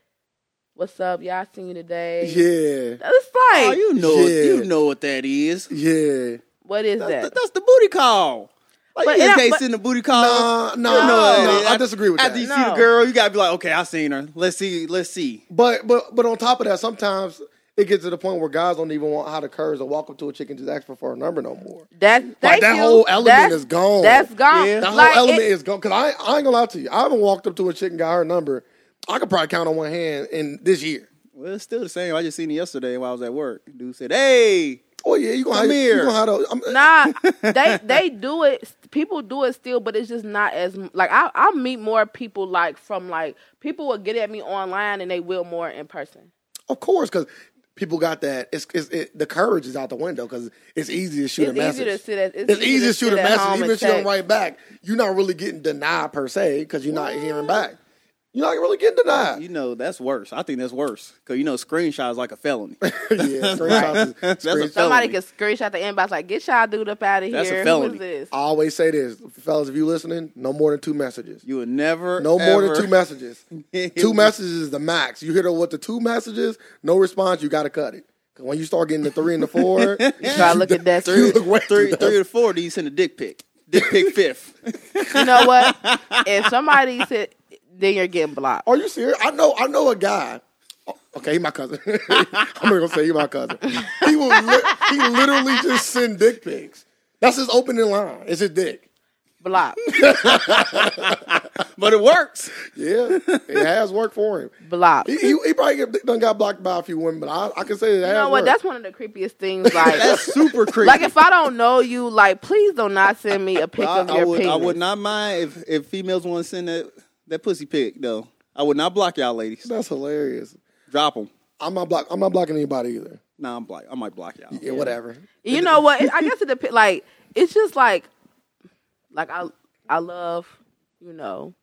What's up? Y'all seen you today?
Yeah.
It's like,
Oh, you know,
Yeah.
you know what that is.
Yeah.
what is
That's,
that?
the, that's the booty call. Like
But
you
it-
just can't
but-
sit in the booty call.
Nah, nah,
You know what
nah,
it is.
I disagree with
After
that.
you see the
No.
girl, you gotta be like, okay, I seen her. Let's see, let's see.
But but but on top of that, sometimes it gets to the point where guys don't even want how to curves or walk up to a chick and just ask her for a number no more.
That,
Like
thank
that
you.
whole element
That's-
is gone.
That's gone.
Yeah.
That whole
Like, it-
element is gone. Cause I, I ain't gonna lie to you. I haven't walked up to a chick and got her number. I could probably count on one hand in this year.
Well, it's still the same. I just seen it yesterday while I was at work. Dude said, "Hey,
Oh yeah, you gonna
Come
have,
here.
You gonna have to, I'm,
Nah, they they do it. People do it still, but it's just not as like I I meet more people like from like people will get at me online and they will more in person.
Of course, because people got that. It's, it's it, the courage is out the window because it's easy to shoot
It's
a
easy
message.
to sit at-
it's, easy to shoot a
sit at
message,
home
even
and
if you don't
text.
write back. You're not really getting denied per se because you're not hearing back. You're not really getting
you
denied.
know that's worse. I think that's worse because you know screenshots like a felony.
yeah, screenshots.
That's a
screenshots.
felony.
Somebody can screenshot the inbox like get y'all dude up out of here.
That's a
Who
felony.
is this?
I always say this, fellas. If you listening, no more than two messages.
You would never,
No more
ever-
than two messages. two messages is the max. You hit her with the two messages, no response, you got to cut it. 'Cause when you start getting the three and the four,
You try to look at that.
three,
shit.
look way
three,
too
three to four. Do you send a dick pic? Dick pic fifth.
You know what? If somebody said, then you're getting blocked.
Are you serious? I know, I know a guy. Oh, Okay, he my cousin. I'm not gonna say he my cousin. He will. Li- he literally just send dick pics. That's his opening line. It's his dick.
Blocked.
but it works.
Yeah, it has worked for him.
Blocked.
He,
You
he, he probably get, done got blocked by a few women, but I, I can say it has
know what?
worked.
That's one of the creepiest things. Like.
That's super creepy.
Like if I don't know you, like please do not send me a pic
I,
of
I
your
would,
penis.
I would not mind if if females want to send that that pussy pic though. I would not block y'all ladies.
that's hilarious.
Drop them.
I'm not block. I'm not blocking anybody either.
Nah, I'm block. I might block y'all.
Yeah, whatever.
You know what? I guess it depends. Like it's just like, like I I love you know,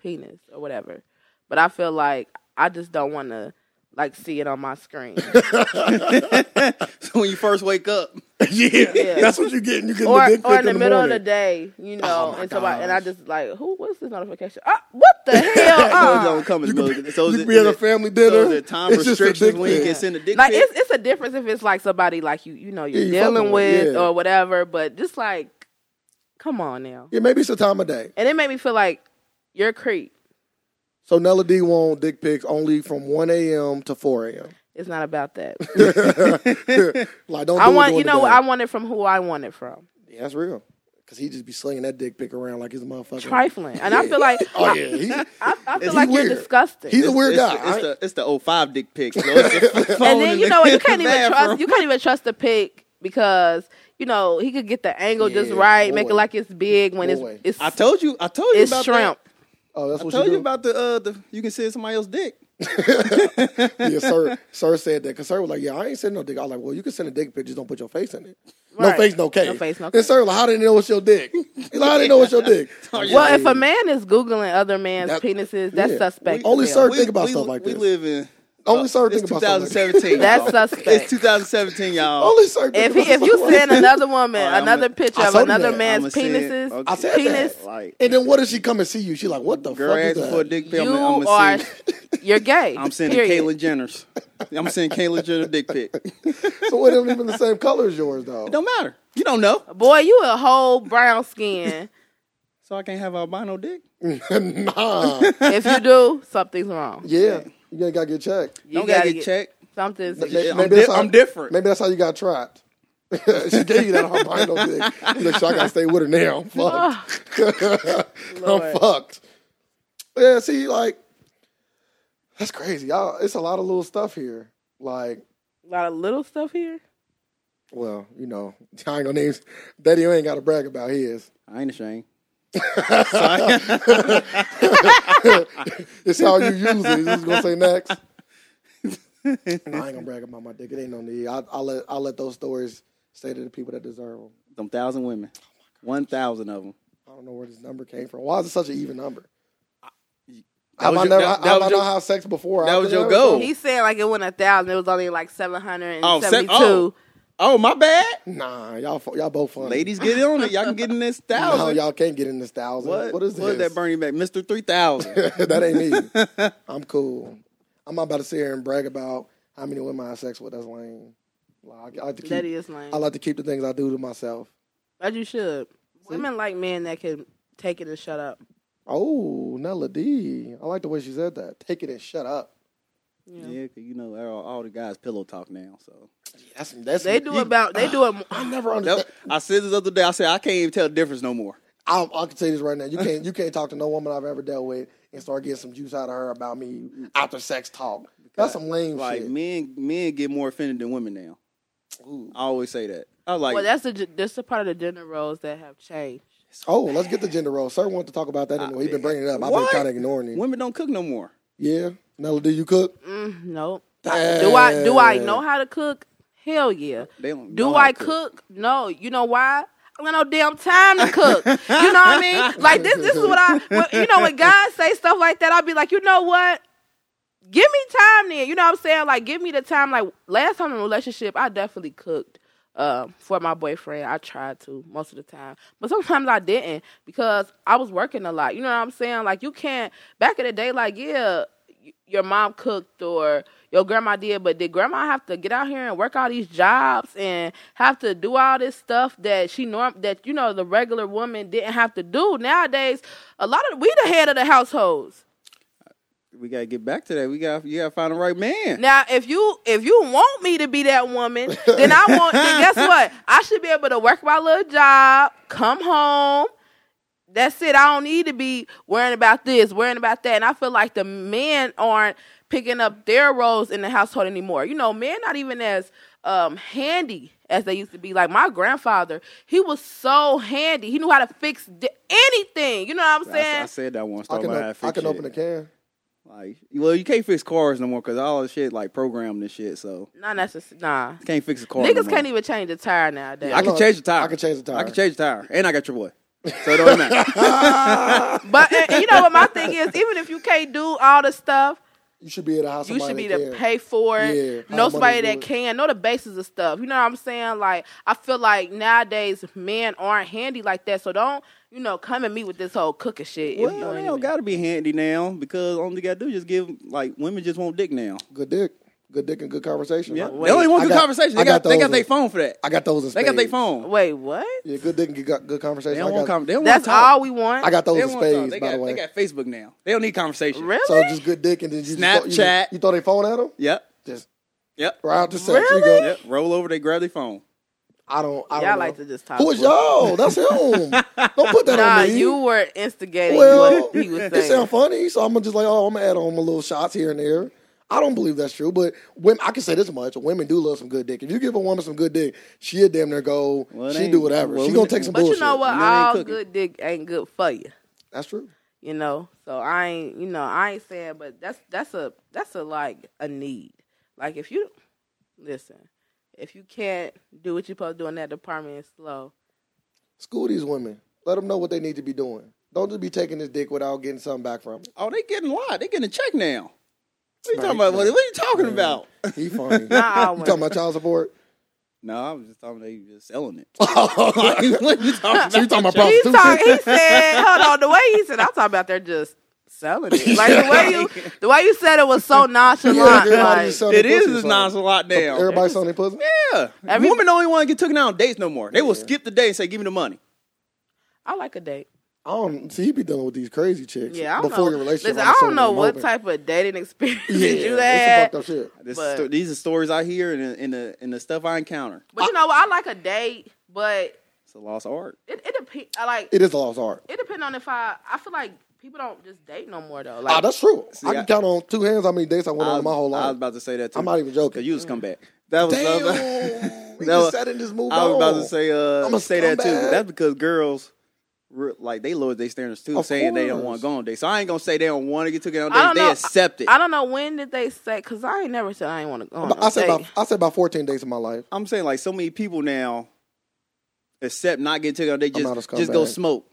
penis or whatever, but I feel like I just don't want to like see it on my screen.
so when you first wake up,
yeah,
Yeah.
that's what you get. You get
or
the dick
or
pic
in the, middle of the day, you know, and somebody and I just like, who? What's this notification? Ah, what the hell?
so it
Ah.
don't come in the middle. of the- So
You
is
could
it-
be at
is
a
it-
family dinner.
So is there time
It's just a
restrictions
dick
when you
pic.
can send a dick
like
pic?
it's it's a difference if it's like somebody like you you know you're
Yeah, you fucking
dealing
with,
with
yeah.
or whatever, but just like, come on now,
Yeah, maybe it's the time of day.
and it made me feel like you're a creep.
So Nella D want dick pics only from 1 a.m. to 4 a.m.
It's not about that.
Like don't.
I
do it
want
during
you
the
know
day.
I want it from who I want it from.
Yeah, that's real. Cause he just be slinging that dick pic around like he's a motherfucker.
Trifling, and I feel like
Oh
I,
yeah, he,
I, I feel
He
like
weird.
you're disgusting.
he's a weird
it's
guy.
The, it's,
I-
the, it's the 05 dick pic. So it's the phone
and then
in
you
the-
know what? You can't even
bathroom.
trust. You can't even trust the pic because you know he could get the angle just
Yeah,
right, make
boy.
it like it's big when
Boy.
it's
I
it's
told you. I told you
it's
about
shrimp.
oh, that's
That. I
what
told
you,
you
do.
about the uh the you can see somebody else's dick.
yeah, sir. Sir said that because sir was like, "Yeah, I ain't sending no dick." I was like, "Well, you can send a dick pic, just don't put your face in it. No
Right.
face, no case.
No face, no
And
case.
sir, was like, how did they know it's your dick? He's like, how did they know it's your dick?
Well, if a man is googling other man's
That-
penises, that's
yeah.
suspect.
Only
still.
certain- Think about stuff like
we
this.
live in
Only sir
it's
think about something like that.
2017.
That's
y'all.
suspect.
It's 2017, y'all.
Only sir. think
If he,
about
if you
something like
send
that.
another woman
Alright,
another
I'ma-
picture
I
of
told you
another
that.
I'ma
man's
say it.
penises,
Okay.
I said
penis,
that.
Like
And then what does she come and see you? She like, what the
girl
fuck is
asking
that?
for a dick pic.
you
I'm,
are
send,
you're gay.
I'm sending
period.
Caitlyn Jenner's. I'm sending Caitlyn Jenner dick pic. It
so it ain't even the same color as yours though.
don't matter. You don't know,
Boy, you a whole brown skin.
so I can't have albino dick.
nah.
if you do, something's wrong.
Yeah, you gotta, gotta get checked.
You
don't
gotta
get checked.
Something's
Yeah, I'm
that's
di- I'm different.
Maybe that's how you got trapped. she gave you that albino dick. Look, so I gotta stay with her now. I'm fucked. I'm
Lord.
fucked. Yeah, see, like that's crazy. Y'all, it's a lot of little stuff here. Like,
a lot of little stuff here.
well, you know, I ain't gonna name Daddy. You ain't gotta brag about his.
I ain't ashamed.
It's how you use it. You just gonna say next. No, I ain't gonna brag about my dick. It ain't no need. I, I let I let those stories stay to the people that deserve them.
Them thousand women, one thousand of them.
I don't know where this number came from. Why is it such an even number?
That
Have
was
I
your-
never?
that- that
have
was
I
your-
not had sex before?
that
I
was your
never-
goal.
He's saying like it went a thousand. It was only like seven hundred
Oh,
and
se-
seventy-two.
oh. Oh, my bad.
Nah, y'all, fu- y'all both funny.
Ladies, get in on it. Y'all can get in this
no,
thousand.
y'all can't get in this thousand.
what,
what is this?
What that Bernie Mac? Mister Three Thousand.
that ain't me. I'm cool. I'm not about to sit here and brag about how many women I had sex with. That's lame. Like, I, I like to keep.
That is lame.
I like to keep the things I do to myself.
As you should. Women like men that can take it and shut up.
Oh, Nella D. I like the way she said that. Take it and shut up.
yeah, 'cause you know all, all the guys pillow talk now. So
That's that's
They do
you-
about they do it. mo-
I never understand.
That- I said this other day. I said I can't even tell the difference no more.
I, I can tell you this right now. You can't you can't talk to no woman I've ever dealt with and start getting some juice out of her about me after sex talk. That's some lame
Like
shit.
men, men get more offended than women now.
Ooh.
I always say that. I like
well, that's the ge- that's the part of the gender roles that have changed.
Oh, let's get the gender role. Sir wanted to talk about that anyway. He's been bringing it up. I've been
What?
kind of ignoring him.
women don't cook no more.
Yeah. Nella, do you cook?
Mm, nope. I- do I do I know how to cook? Hell yeah.
They don't.
Do
know how
I
to
cook? No. You know why? I don't got no damn time to cook. you know what I mean? Like this this is what I when, you know when guys say stuff like that, I'll be like, you know what? Give me time then. You know what I'm saying? Like give me the time. Like last time in a relationship, I definitely cooked uh, for my boyfriend. I tried to most of the time. But sometimes I didn't because I was working a lot. You know what I'm saying? Like you can't back in the day, like, yeah, y- your mom cooked or your grandma did, but did grandma have to get out here and work all these jobs and have to do all this stuff that she norm that you know the regular woman didn't have to do? Nowadays, a lot of we the head of the households.
We gotta get back to that. We got to you gotta find the right man.
Now, if you if you want me to be that woman, then I want. then guess what? I should be able to work my little job, come home. That's it. I don't need to be worrying about this, worrying about that. And I feel like the men aren't picking up their roles in the household anymore. You know, men not even as um, handy as they used to be. Like my grandfather, he was so handy. He knew how to fix di- anything. You know what I'm
I, I
saying?
said that once.
I
talking
can
about how
o-
to
I
fix
can
shit.
open a can.
Like, well, you can't fix cars no more because all the shit like programmed and shit. So
Not necessarily. Nah.
you can't fix a car. no
Niggas
more.
can't even change the tire nowadays.
I can
No,
change the tire.
I can change the tire.
I can change the tire, and I got your boy. So it don't matter.
But and, and you know what my thing is, even if you can't do all the stuff,
You should be at a house.
you should be
the
to pay for
Yeah,
it.
how
know
the money
somebody
do
that
it.
can. Know the basis of stuff. You know what I'm saying? Like I feel like nowadays men aren't handy like that. So don't you know come at me with this whole cooking shit. if you
well,
don't
they
even-
don't gotta be handy now because all they gotta do is just give like women just want dick now.
Good dick. Good dick and good conversation.
Yeah,
I-
they only want
I
good
got-
conversation.
I
They got,
got
they
those
got their
in-
phone for that.
I got those in
They got their
spades.
phone.
Wait, what?
Yeah, good dick and good, good
They
conversation.
don't
I
want
got,
com- they don't want
That's
talk.
all we want.
I got those
They
in
don't want talk.
spades,
They
by
got
the way.
they got Facebook now. They don't need conversation.
really?
So just good dick and then you Just, throw- you,
Snapchat.
you throw their phone at them?
Yep.
Just
Yep.
right out the sex. You
Really?
go,
Yep. Roll over. They grab their phone.
I don't. I
Y'all
don't
like
know.
to just talk.
Who is
bull-
y'all? That's him. don't put that
Nah,
on me.
you were instigating
Well,
what he was
It
saying.
sound funny, so I'm gonna just like, oh, I'm gonna add on my little shots here and there. I don't believe that's true, but women, I can say this much: women do love some good dick. If you give a woman some good dick, she'll damn near go.
Well, it
she
ain't-
do whatever.
well,
she
we-
gonna take some
But
bullshit.
you know what?
And that ain't
All
cooking.
good dick ain't good for you.
That's true.
You know, so I ain't. You know, I ain't saying, but that's that's a that's a like a need. Like if you listen, if you can't do what you're supposed to do in that department, it's slow.
School these women. Let them know what they need to be doing. Don't just be taking this dick without getting something back from it.
Oh, they getting a lot. They getting a check now. What you
Right,
talking about? What,
right.
what are you talking about?
He funny. you
Not all
talking
women.
about child support?
No, I was just talking they just selling it. Oh,
so you talking about
He,
prostitution?
talk, he said, "Hold on." The way he said, "I'm talking about they're just selling it." Like the way you, the way you said it was so
Yeah,
nonchalant.
everybody
like,
just selling
it is
pussy or
as
something.
nice a lot now.
Everybody selling their pussy.
yeah,
Every-
women don't even want to get taken out on dates no more. They will skip the date and say, "Give me the money."
I like a date.
I don't see. He be dealing with these crazy chicks.
Yeah, I don't
before
know.
your relationship.
Listen,
I'm
I don't
assuming
know
I'm
what
hoping.
type of dating experience
Yeah,
you
it's
had,
some fucked up shit.
This
But-
sto- these are stories I hear and in the in the stuff I encounter.
but you know what? I like a date, but
It's a lost art.
it it depends. Like
It is a lost art.
it depends on if I. I feel like people don't just date no more though.
Ah,
Like
that's true.
See,
I can
I-
count on two hands how many dates I went
I
on
was,
in my whole
I was
life.
about to say that too.
I'm not even
Cause
joking.
you was come back. That was.
Damn, we just sat and just moved
I was about
on.
to say uh
I'm a
say that too.
scumbag.
That's because girls re- like they lower their standards too,
Of
saying they don't
course.
want to go on dates. So I ain't gonna say they don't want to get taken on
I
dates.
don't
They
know.
accept it.
I don't know when did they say because I ain't never said I ain't want to go. On
But
no
I said
date.
about I said about 14 dates in my life.
I'm saying like so many people now accept not getting taken on. They
I'm not a
just just go
scumbag.
smoke.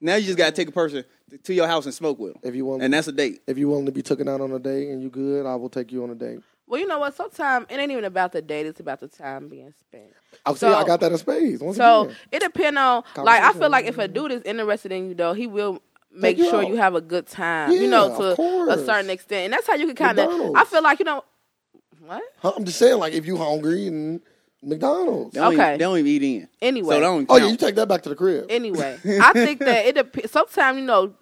Now you just gotta take a person to your house and smoke with them,
If you want,
and that's a date.
if you willing to be taken out on a date and you good, I will take you on a date.
Well, you know what? Sometimes it ain't even about the date; it's about the time being spent.
I Oh, see.
So-
I got that in spades. Once
So
again,
it depends on. Like I feel
Conversation.
like if a dude is interested in you, though, he will make
you
sure
out.
you have a good time. you
Yeah,
know,
of
to
course.
a certain extent, and that's how you can kind of. I
McDonald's.
feel like you know what.
Huh? I'm just saying, like if you hungry and McDonald's.
They don't
Okay.
Even, they don't even eat in.
Anyway.
So they don't
Oh
count.
yeah, you take that back to the crib.
Anyway, I think that it dep- sometimes you know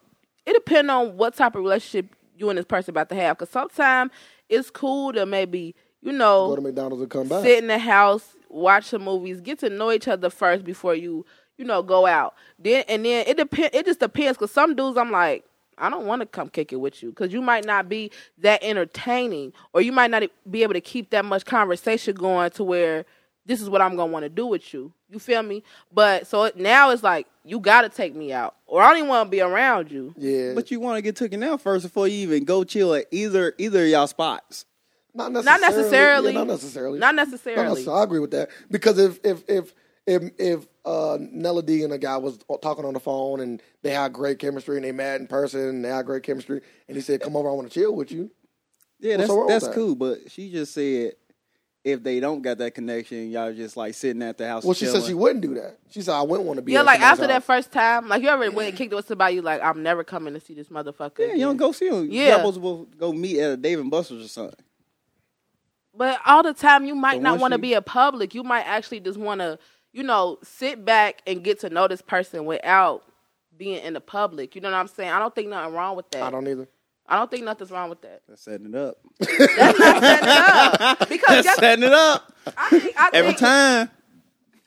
it depends on what type of relationship you and this person about to have. Because sometimes it's cool to maybe you know
Go to McDonald's and come back.
sit in the house, watch some movies, get to know each other first before you, you know, go out. Then and then it depend. It just depends because some dudes I'm like, I don't want to come kick it with you because you might not be that entertaining or you might not e, be able to keep that much conversation going to where this is what I'm gonna want to do with you. You feel me? But so it, now it's like you gotta take me out or I don't even want to be around you.
Yeah,
But you want to get taken out first before you even go chill at either either of y'all spots.
not necessarily.
necessarily.
Yeah, not necessarily.
Not
No,
necessarily.
no, so I agree with that because if if if if if uh, Nella D and a guy was talking on the phone and they had great chemistry and they met in person and they had great chemistry and he said, "Come over, I want to chill with you."
Yeah,
What's wrong with
that's that's
that?
cool. But she just said if they don't got that connection, y'all just like sitting at the house.
Well, she said she
chilling.
wouldn't do that. She said, "I wouldn't want to be."
Yeah,
at
like
somebody's
after that
house."
first time, like you ever went and kicked it with somebody, you like, I'm never coming to see this motherfucker.
Yeah, you don't
again.
go see them.
Yeah.
Y'all supposed to go meet at a Dave and Buster's or something.
But all the time, you might
But
not
once
want to
you-
be in public. You might actually just want to, you know, sit back and get to know this person without being in the public. You know what I'm saying? I don't think nothing wrong with that.
I don't either.
I don't think nothing's wrong with that.
That's setting it up.
That's not setting up because
That's
that's,
setting it up
I think, I
every
think-
time.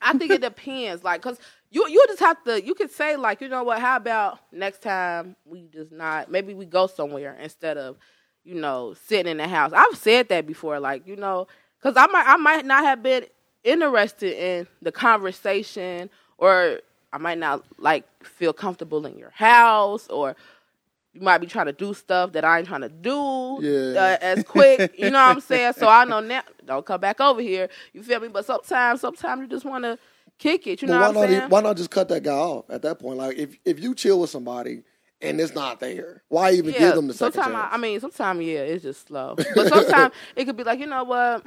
I think it depends, like, cause you you just have to. You could say like, you know what? How about next time we just not? Maybe we go somewhere instead of, you know, sitting in the house. I've said that before, like, you know, cause I might I might not have been interested in the conversation, or I might not like feel comfortable in your house, or you might be trying to do stuff that I ain't trying to do
Yeah.
uh, as quick. You know what I'm saying? So I know now. Don't come back over here. You feel me? But sometimes, sometimes you just want to kick it. You
But
know
why
what I'm
not? e-
saying?
Why not just cut that guy off at that point? Like if if you chill with somebody and it's not there, why even give them the second
sometimes
chance?
I, I mean, sometimes yeah, it's just slow. But sometimes it could be like, you know what?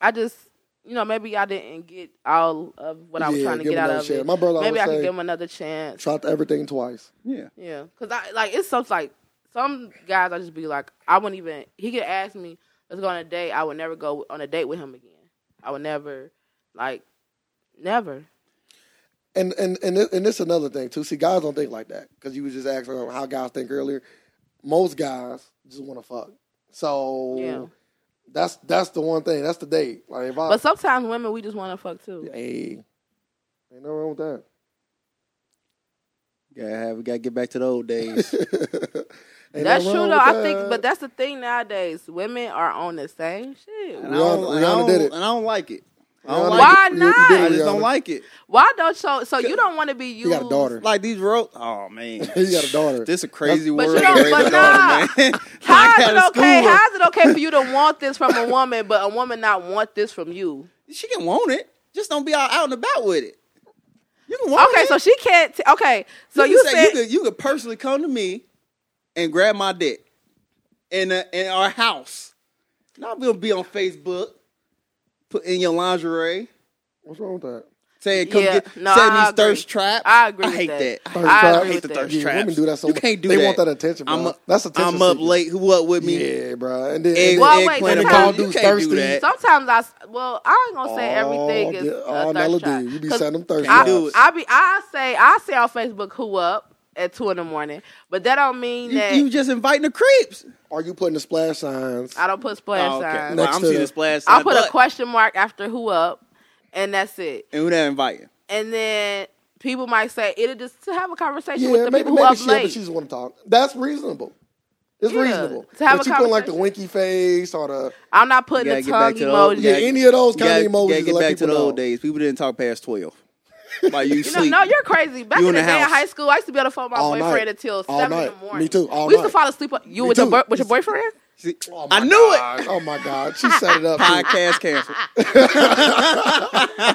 I just, you know, maybe I didn't get all of what I was
Yeah,
trying to
give
get
him
out
another
of
chance.
it.
My brother
maybe
always
I could
say-
give him another chance.
Tried everything twice.
Yeah.
Yeah, cause I like it's some like some guys I just be like I wouldn't even. He could ask me, "Let's go on a date." I would never go on a date with him again. I would never, like, never.
And and and this, and this another thing too. See, guys don't think like that because you was just asking how guys think earlier. Most guys just want to fuck. So
Yeah.
That's that's the one thing. That's the date. Like if I
But sometimes women, we just want to fuck too.
hey, ain't no wrong with that.
Gotta have, we gotta get back to the old days.
Ain't
that's
nothing
true though.
wrong
I
with
think,
that.
but that's the thing nowadays. Women are on the same shit.
And I don't,
Rihanna-
and I
Rihanna
don't,
did it.
and I don't like it. I
Rihanna
don't
did
like
Why
it. You- you
it.
did
I
it,
just
Rihanna.
don't like it.
Why don't you? So you don't want to be used.
You got a daughter.
Like these roads. Oh man,
You got a daughter.
This a crazy
But you
world. to
don't-
raise
but
a daughter, man.
How
Like,
is
out
it
of
okay?
school.
How is it okay for you to want this from a woman, but a woman not want this from you?
She can want it. Just don't be all out and about with it. You can want
Okay,
it.
so she can't. T- okay, so
can
you,
say-
said
you could, you could personally come to me and grab my dick in a, in our house. Not gonna be on Facebook, put in your lingerie,
What's wrong with that?
saying come
Yeah,
get
no,
saying
I
these
agree.
thirst traps.
I agree
I
with
hate
that.
that.
Thirst
I
traps?
agree
I hate
with
the
that.
thirst
Yeah,
traps.
women do that so
you
much.
can't do
They
that.
want that attention, bro.
I'm up,
That's attention
I'm up
seeking.
late. Who up with me?
Yeah, bro. And then
Egg,
Well,
eggplant
wait,
and
sometimes-
corn. You
Dudes
can't do
thirsty.
that.
sometimes I. s- Well, I ain't gonna say everything is
Eh. the-
a thirst
Nella
trap.
do. You be
'Cause
saying them thirst
I
traps.
do it.
I be. I say. I say on Facebook who up at two in the morning, but that don't mean
You,
that
you just inviting the creeps.
Are you putting the splash signs?
I don't put splash
Oh, okay.
signs.
Well,
Next
I'm
to
seeing
the-
the splash sign.
I put a
but-
question mark after who up, and that's it.
And who that inviting?
and then people might say it'll just to have a conversation
yeah,
with the
maybe
people who
maybe
up
she,
late.
but she just want to talk. That's reasonable. It's
Yeah,
reasonable.
to have
but
a
you put like the
conversation.
winky face or the
I'm not putting
You
a tongue
gotta get back to the
emoji.
old-
yeah,
Yeah,
any of those
You
kind
gotta,
of emojis.
gotta
to
get
let
back to
people
the old
know.
days. People didn't talk past twelve. Like you
You know,
sleep.
no, you're crazy. Back
You
in
in
the,
the
day in
house.
high school, I used to be able to phone my
All
boyfriend
night.
until
All
seven in
night.
the morning.
Me too. All
we used
night.
to fall asleep. You
Me
with
too.
your bur- with your boyfriend?
See,
Oh my
I knew
God.
it.
Oh my God, she set it up.
Podcast canceled.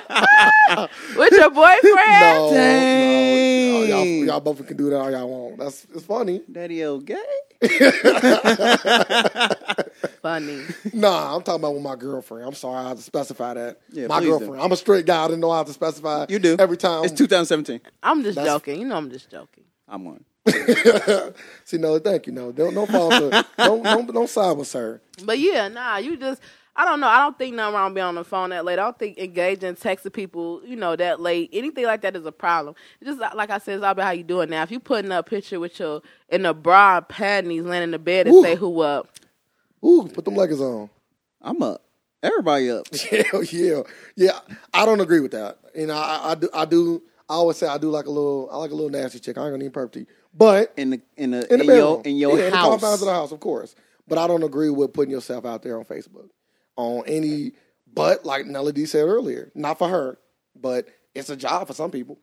With your boyfriend?
Oh, No,
Dang.
no, y'all, y'all both can do that all y'all want. That's it's funny.
Daddy old gay.
Funny.
Nah, I'm talking about with my girlfriend. I'm sorry, I have to specify that.
Yeah,
my
please do.
girlfriend. I'm a straight guy. I didn't know I have to specify.
You do
every time.
It's 2017.
I'm just
That's-
joking. You know, I'm just joking.
I'm on.
See, no, thank you. No, don't don't fall to. don't, don't don't side with her.
But yeah, nah, you just. I don't know. I don't think nothing wrong being on the phone that late. I don't think engaging, texting people, you know, that late, anything like that is a problem. Just li- like I said, it's all about how you doing now. If you putting up a picture with your in a bra and panties, laying in the bed and
Ooh.
say who up,
Ooh, put them leggings on.
I'm up. Everybody up.
Hell yeah, yeah. I don't agree with that. You know, I, I do. I do. I always say I do like a little. I like a little nasty chick. I ain't gonna need perfect tea. but
In the in the in,
in the
your
bedroom,
in your
yeah, in the
house.
confines of the house, of course. But I don't agree with putting yourself out there on Facebook on any. But like Nelly D said earlier, not for her, but it's a job for some people.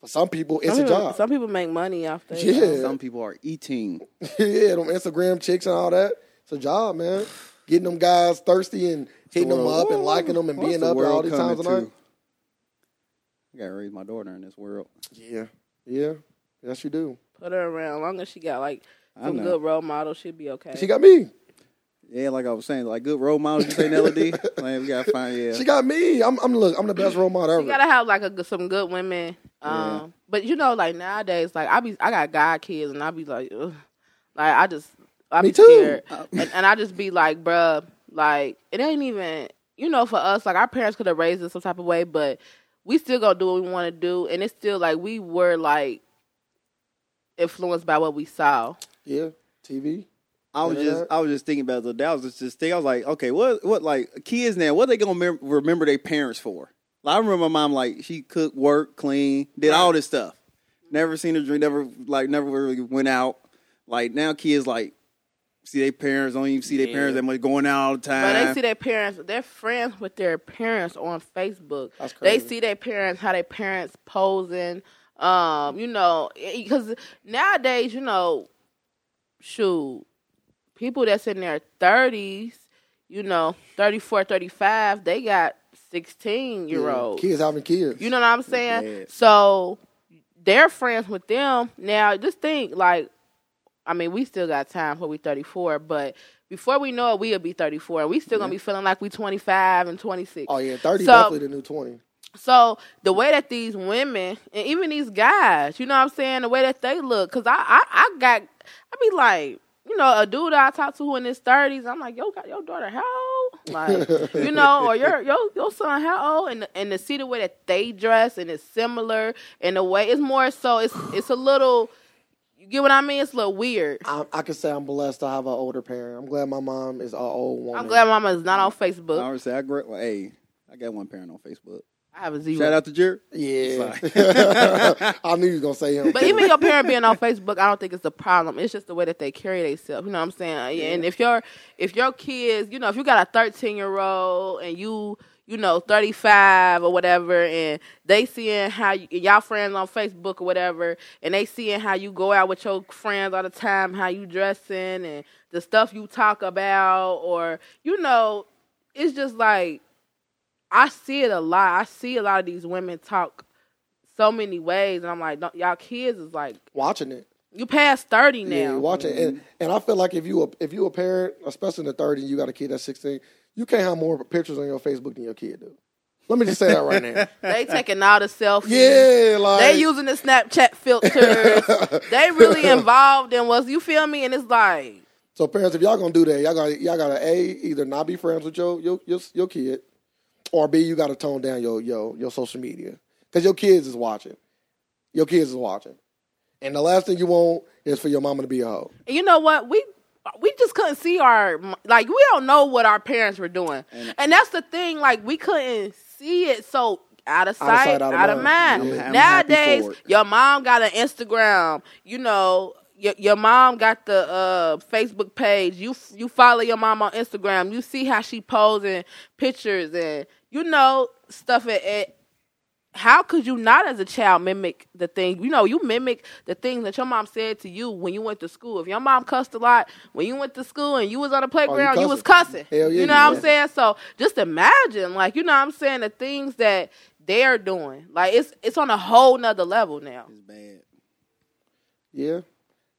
For some people, it's
some
a
people,
job.
Some people make money off that.
yeah,
Some people are eating.
yeah, them Instagram chicks and all that. It's a job, man. Getting them guys thirsty and hitting them
world.
up and liking them and
What's
being
the
up at all
world
these times
coming
and all.
to? I gotta raise my daughter in this world.
Yeah, yeah, yes you do.
Put her around. long as she got like
I
some
know.
good role model, she'll be okay.
She got me.
Yeah, like I was saying, like good role models. You say Melody. like we gotta find. Yeah,
She got me. I'm, I'm look. I'm the best role model
You
ever.
gotta have like a good- some good women. Um,
Yeah.
but you know, like nowadays, like I be I got god kids, and I be like, Ugh. like I just I
Me
be
too.
scared, and, and I just be like, bruh, like it ain't even you know for us like our parents could have raised us some type of way, but we still gonna do what we want to do, and it's still like we were like influenced by what we saw.
yeah, TV.
I was
Yeah.
just I was just thinking about the that was just this thing. I was like, okay, what what like kids now? What they gonna mem- remember their parents for? Like, I remember my mom like she cooked, worked, clean, did all this stuff. Never seen her drink. Never like never really went out. Like now, kids like see their parents don't even see their parents that much going out all the
But
time.
they see their parents, they're friends with their parents on Facebook.
That's
They
crazy.
see their parents, how their parents posing. Um, you know, because nowadays, you know, shoot, people that's in their 30s, you know, 34, 35, they got 16 year olds.
Kids having kids.
You know what I'm saying?
Yeah.
So they're friends with them. Now just think like I mean, we still got time for we thirty four, but before we know it, we'll be thirty four and we still gonna be feeling like we twenty five and twenty six.
Oh yeah, thirty
So-
definitely the new twenty.
So the way that these women and even these guys, you know what I'm saying, the way that they look, cause I I, I got I be like, you know, a dude I talk to who in his thirties, I'm like, yo, got your daughter how old? Like, you know, or your your your son how old? And and to see the way that they dress and it's similar in a way, it's more so it's it's a little. You get what I mean? It's a little weird.
I, I can say I'm blessed to have an older parent. I'm glad my mom is an old woman.
I'm glad Mama is not on
I
Facebook.
always say I grew. Well, hey, I got one parent on Facebook.
I have a zero.
Shout out to Jer.
Yeah,
Sorry.
I knew you was gonna say him.
But even your parent being on Facebook, I don't think it's a problem. It's just the way that they carry themselves. You know what I'm saying? Yeah. And if your if your kids, you know, if you got a 13 year old and you you know 35 or whatever, and they seeing how you, y'all friends on Facebook or whatever, and they seeing how you go out with your friends all the time, how you dressing and the stuff you talk about, or you know, it's just like I see it a lot. I see a lot of these women talk so many ways, and I'm like, no, y'all kids is like,
watching it.
you past thirty now.
Yeah, you watch it, and, and I feel like if you a, if you a parent, especially in the thirty, you got a kid that's sixteen, you can't have more pictures on your Facebook than your kid do. Let me just say that right now.
they taking all the selfies.
Yeah, like
They using the Snapchat filters. they really involved in what's you feel me? And it's like,
so parents, if y'all gonna do that, y'all got to y'all got to a either not be friends with your your your, your kid, or b you got to tone down your your your social media because your kids is watching, your kids is watching, and the last thing you want is for your mama to be a hoe.
and you know what? We we just couldn't see our like we don't know what our parents were doing, and, that's the thing. Like we couldn't see it, so out of sight, out of, mind.
Yeah. I'm- I'm happy
Nowadays,
for it.
your mom got an Instagram. You know, your your mom got the uh, Facebook page. You f- you follow your mom on Instagram. You see how she posing pictures and you know stuff. At, at how could you not, as a child, mimic the thing? You know, you mimic the things that your mom said to you when you went to school. If your mom cussed a lot when you went to school and you was on the playground, you, was cussing.
Oh, Hell yeah,
you know
you
what I'm
was.
saying? So just imagine, like you know what I'm saying, the things that they're doing. Like it's it's on a whole nother level now.
It's bad.
Yeah,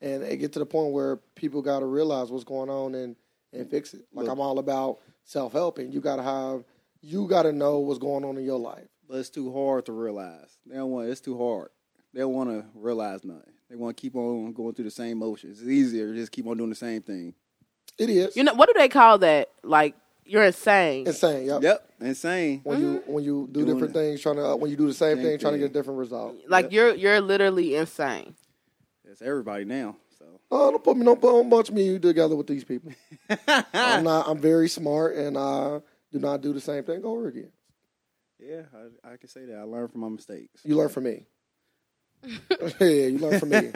and it get to the point where people got to realize what's going on and and fix it. Like
Look.
I'm all about self help, and you got to have you got to know what's going on in your life.
But it's too hard to realize. They don't want. It's too hard. They don't want to realize nothing. They want to keep on going through the same motions. It's easier to just keep on doing the same thing.
It is
You know what do they call that? Like you're insane.
insane. Yep.
Yep, insane.
When you when you do
Doing
different
it.
things, trying to when you do the same,
Same
thing, trying to get a
thing.
different result.
Like you're you're literally insane.
That's everybody now. So
Oh, don't put me, don't put don't bunch me together with these people. I'm not. I'm very smart, and I do not do the same thing over again.
yeah, I, I can say that. I learned from my mistakes.
You learn from me. yeah, you learn from me. you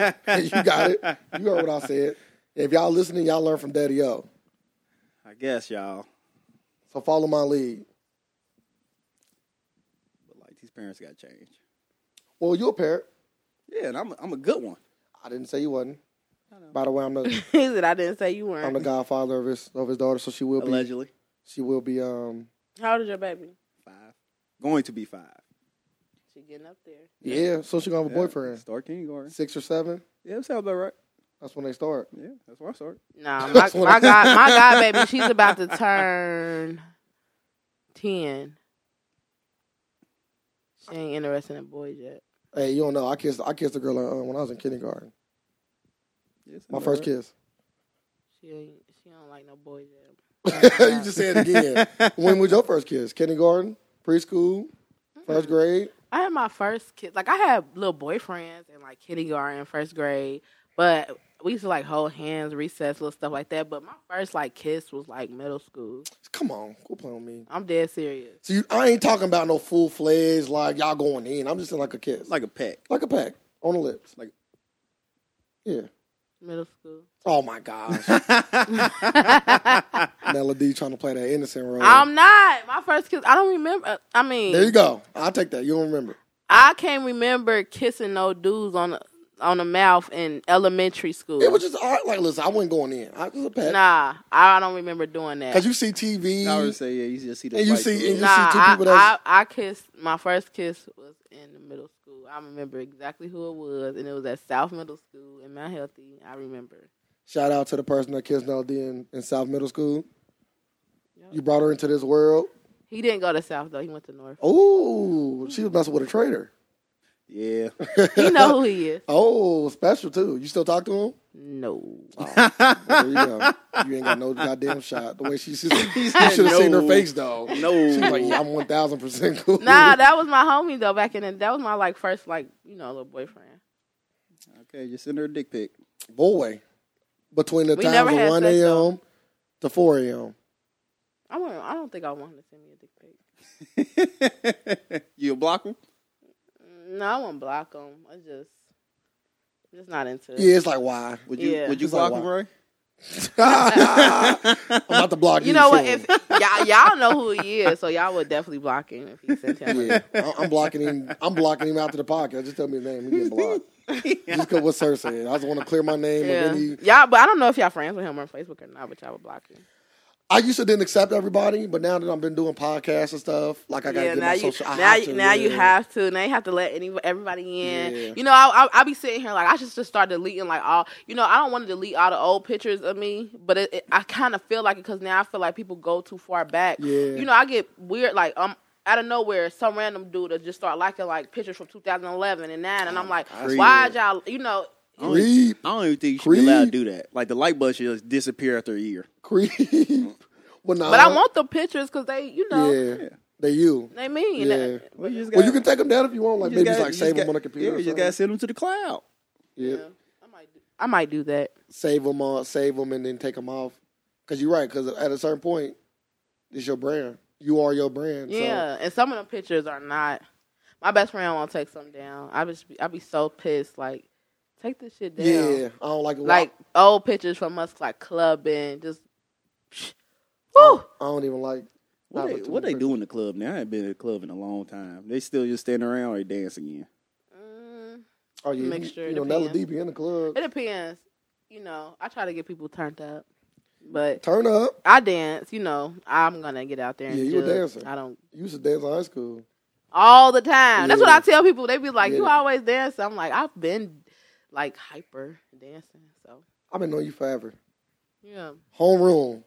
got it. You heard what I said. If y'all listening, y'all learn from Daddy O.
I guess y'all.
So follow my lead.
But like these parents got changed.
Well, you a parent.
Yeah, and I'm a, I'm a good one.
I didn't say you wasn't. By the way, I'm the
he said I didn't say you
I'm
weren't.
the godfather of his of his daughter, so she will be
Allegedly
she will be um
How old is your baby?
five, going to be five.
She getting up there.
yeah. So she gonna have a
Yeah,
boyfriend,
Start kindergarten.
six or seven.
Yeah, that sounds about right.
That's when they start.
Yeah, that's where I start.
Nah, my my god my god baby, she's about to turn ten. She ain't interested in boys yet.
Hey, you don't know. I kissed I kissed a girl uh, when I was in kindergarten.
Yeah, that sound
My
about
first
right.
kiss.
She ain't, she don't like no boys yet.
you just said it again. when was your first kiss? Kindergarten, preschool, first grade.
I had my first kid. Like I had little boyfriends in like kindergarten, first grade, but we used to like hold hands, recess, little stuff like that. But my first like kiss was like middle school.
Come on, quit playing with me.
I'm dead serious.
So you, I ain't talking about no full fledged like y'all going in. I'm just saying like a kiss, like
Like a peck.
like a peck on the lips.
Like-
yeah.
Middle school.
Oh my gosh. Melody trying to play that innocent role.
I'm not. My first kiss. I don't remember. I mean,
Oh. there you go. I'll take that. You don't remember.
I can't remember kissing no dudes on the, on the mouth in elementary school.
It was just all right, like listen, I wasn't going in. I was a pet.
nah, I don't remember doing that.
Cause you see TV.
I would say yeah. You just see the
And you
fight
see-
through
and
it.
you- see two people
I,
that's-
I, I kissed my first kiss was in the middle school. I remember exactly who it was, and it was at South Middle School in Mount Healthy. I remember.
Shout out to the person that kissed Melody in, in South Middle School. You brought her into this world.
He didn't go to South though. He went to North.
Oh, she was messing with a traitor.
yeah.
He know who he is.
Oh, special too. You still talk to him?
No.
There you go. You ain't got no goddamn shot. The way she, she, you should
said
have seen her
no.
face though.
No.
She was like, yeah, I'm one thousand percent cool.
Nah, that was my homie though. Back in the, that was my like first like you know little boyfriend.
Okay, just send her a dick pic.
Boy, between the
We never
times of
had
1
sex, though.
a.m. to 4 a.m.
I want. I don't think I want her to send me a dick pic.
You'll block him?
No, I won't block them. I just, I'm just not into it.
Yeah, it's like, why?
Would you
Yeah.
would you
It's like,
block him,
why?
Roy?
I'm about to block you.
You know what?
too.
If y'all, y'all know who he is, so y'all would definitely block him if he sent him.
yeah, I- I'm blocking him. I'm blocking him after the podcast. Just tell me his name. He get blocked. Just because what Sir said. I just want to clear my name.
Yeah.
And then he,
Y'all, but I don't know if y'all friends with him on Facebook or not, but y'all would block him.
I used to didn't accept everybody, but now that I've been doing podcasts and stuff, like I gotta
yeah,
get
now
my
you
social. I
now
have
you
to,
now you
yeah.
have to now you have to let any, everybody in.
Yeah.
You know, I, I I be sitting here like I just just start deleting like all. You know, I don't want to delete all the old pictures of me, but it, it, I kind of feel like it because now I feel like people go too far back.
Yeah.
You know, I get weird like um. Out of nowhere, some random dude will just start liking like pictures from 2011 and that, and
Oh,
I'm like,
I see
why
that.
y'all? You know,
I don't, even,
Creep.
I don't even think you should be allowed to
Creep.
do that. Like the light bulb should just disappear after a year.
creep. well, nah,
but I want the pictures because they, you know,
Uh-huh. Yeah, they you.
they mean.
Yeah.
Well, you just
Well, you can take them down if you want. Like
you just
maybe just
gotta-
like
you
save
just
them
got-
on the computer.
Yeah,
or
you just
something.
gotta send them to the cloud.
yeah.
Yeah. I might, do, I might do that.
save them on, save them, and then take them off. Because you're right. Because at a certain point, it's your brand. You are your brand. So.
Yeah, and some of them pictures are not. My best friend won't take some down. I just be, I be so pissed. Like, take this shit down.
Yeah, I don't like it.
Like old pictures from us, like clubbing, just. Woo!
I don't even like.
What
not
they,
with
what
the
they
picture.
do in the club now? I haven't been in the club in a long time. They still just standing around or dance again.
Mm,
Oh yeah,
Mixture,
You, you know, Nella
depends.
D be in the club.
it depends. You know, I try to get people turned up, but
Turn up.
I dance. You know, I'm gonna get out there and
Yeah, you a
judge.
dancer.
I don't
You used to dance in high school.
all the time. That's what
Yeah.
I tell people. They be like, "You
Yeah.
always dance." I'm like, I've been like hyper dancing, so
I've been knowing you forever.
yeah.
Homeroom.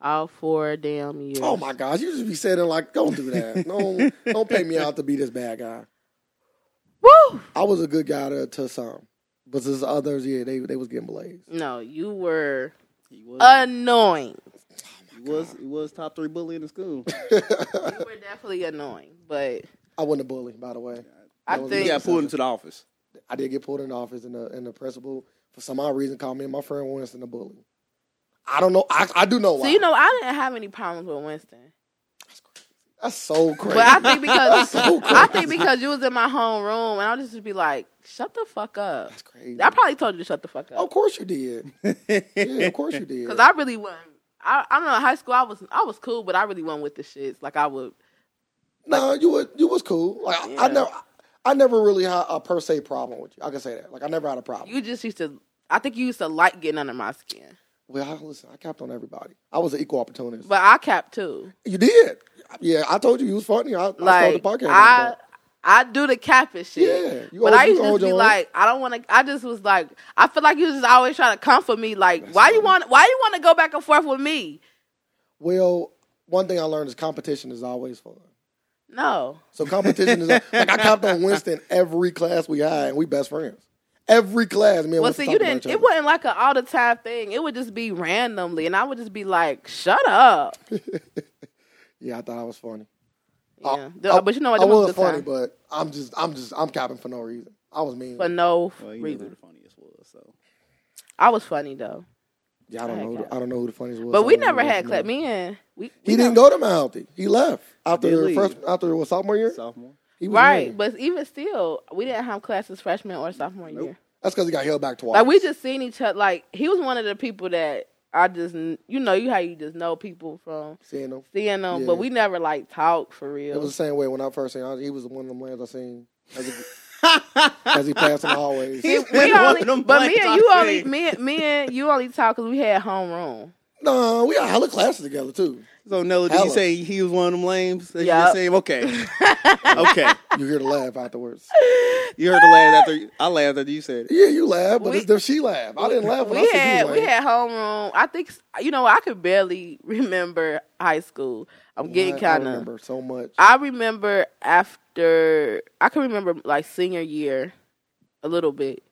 All four damn years.
Oh my gosh, you just be saying like, don't do that. No, don't pay me out to be this bad guy.
Woo!
I was a good guy to, to some, but to others, yeah, they they was getting blazed.
No, you were
He was,
Uh, annoying.
he was he was top three bully in the school.
you were definitely annoying, but
I wasn't a bully, by the way.
I
That was-
he
think
Yeah,
got pulled into the office.
I did get pulled in the office, and the and the principal for some odd reason called me and my friend Winston a bully. I don't know. I, I do know why.
so. You know, I didn't have any problems with Winston,
That's so crazy.
but I think because
So crazy.
I think because you was in my home room, and I would just be like, "Shut the fuck up."
That's crazy.
I probably told you to shut the fuck
Of
up
course you did. Yeah, of course you did.
because I really wasn't. I, I don't know. in High school, I was I was cool, but I really wasn't with the shits. Like I would.
No, you was you was cool. Like I- I
Yeah.
never, I never really had a per se problem with you. I can say that. Like I never had a problem.
You just used to. I think you used to like getting under my skin,
well, I, listen, I capped on everybody. I was an equal opportunist.
but I capped too.
you did. Yeah, I told you you was funny. I, I
like
started the podcast.
I,
like
I do the catfish
Yeah,
shit.
you
but
always-
I
you
used to
hold
just be
your own.
like, I don't want to. I just was like, I feel like you just always trying to comfort me. Like, why you want? Why you want to go back and forth with me?
that. Well, one thing I learned is competition is always fun.
No,
So competition is like I capped on Winston every class we had, and we best friends. Every class, me and
well,
Winston
see, you
talked about
didn't.
each
It
other.
wasn't like an all the time thing. It would just be randomly, and I would just be like, shut up.
Yeah, I thought I was funny.
Yeah,
I-
but you know what?
I
That was,
was
a good
funny,
time.
but I'm just, I'm just, I'm capping for no reason. I was mean.
for no
Well, Oh, you know who
reason.
the funniest was. So
I was funny though,
Yeah, I
I
don't
had
know.
Cap.
I don't know who the funniest was.
but
I
we
don't know
never
who
had
the
clap
funniest-
me in. We,
He
we
didn't go
never-
to Mouthy. He left after
Did
the
leave.
first after what sophomore year.
sophomore.
He was
right.
leaving.
But even still, we didn't have classes freshman or sophomore year.
That's because he got held back twice.
Like we just seen each other. Like he was one of the people that I just kn- you know you how you just know people from
seeing him.
seeing them,
Yeah.
but we never like talked for
It was
real.
the same way when I first seen him. He was one of them lands I seen as he, as he passed in the hallways.
We
One
only,
of them
but me
blanks
and
I
you only
seen.
me, and- me and you only talked because we had homeroom.
no, we got hella classes together too.
So no, did you
Hella.
say he was one of them lames? That
Yup.
you just same? Okay, okay.
You hear the laugh afterwards.
You heard the laugh after you- I laughed after you said it.
Yeah, you laugh, but
We-
it's the she laugh. I didn't laugh when
We
I seen
had
you.
we had homeroom. I think s- you know I could barely remember high school. I'm getting kind of.
remember so much.
I remember after I can remember like senior year, a little bit.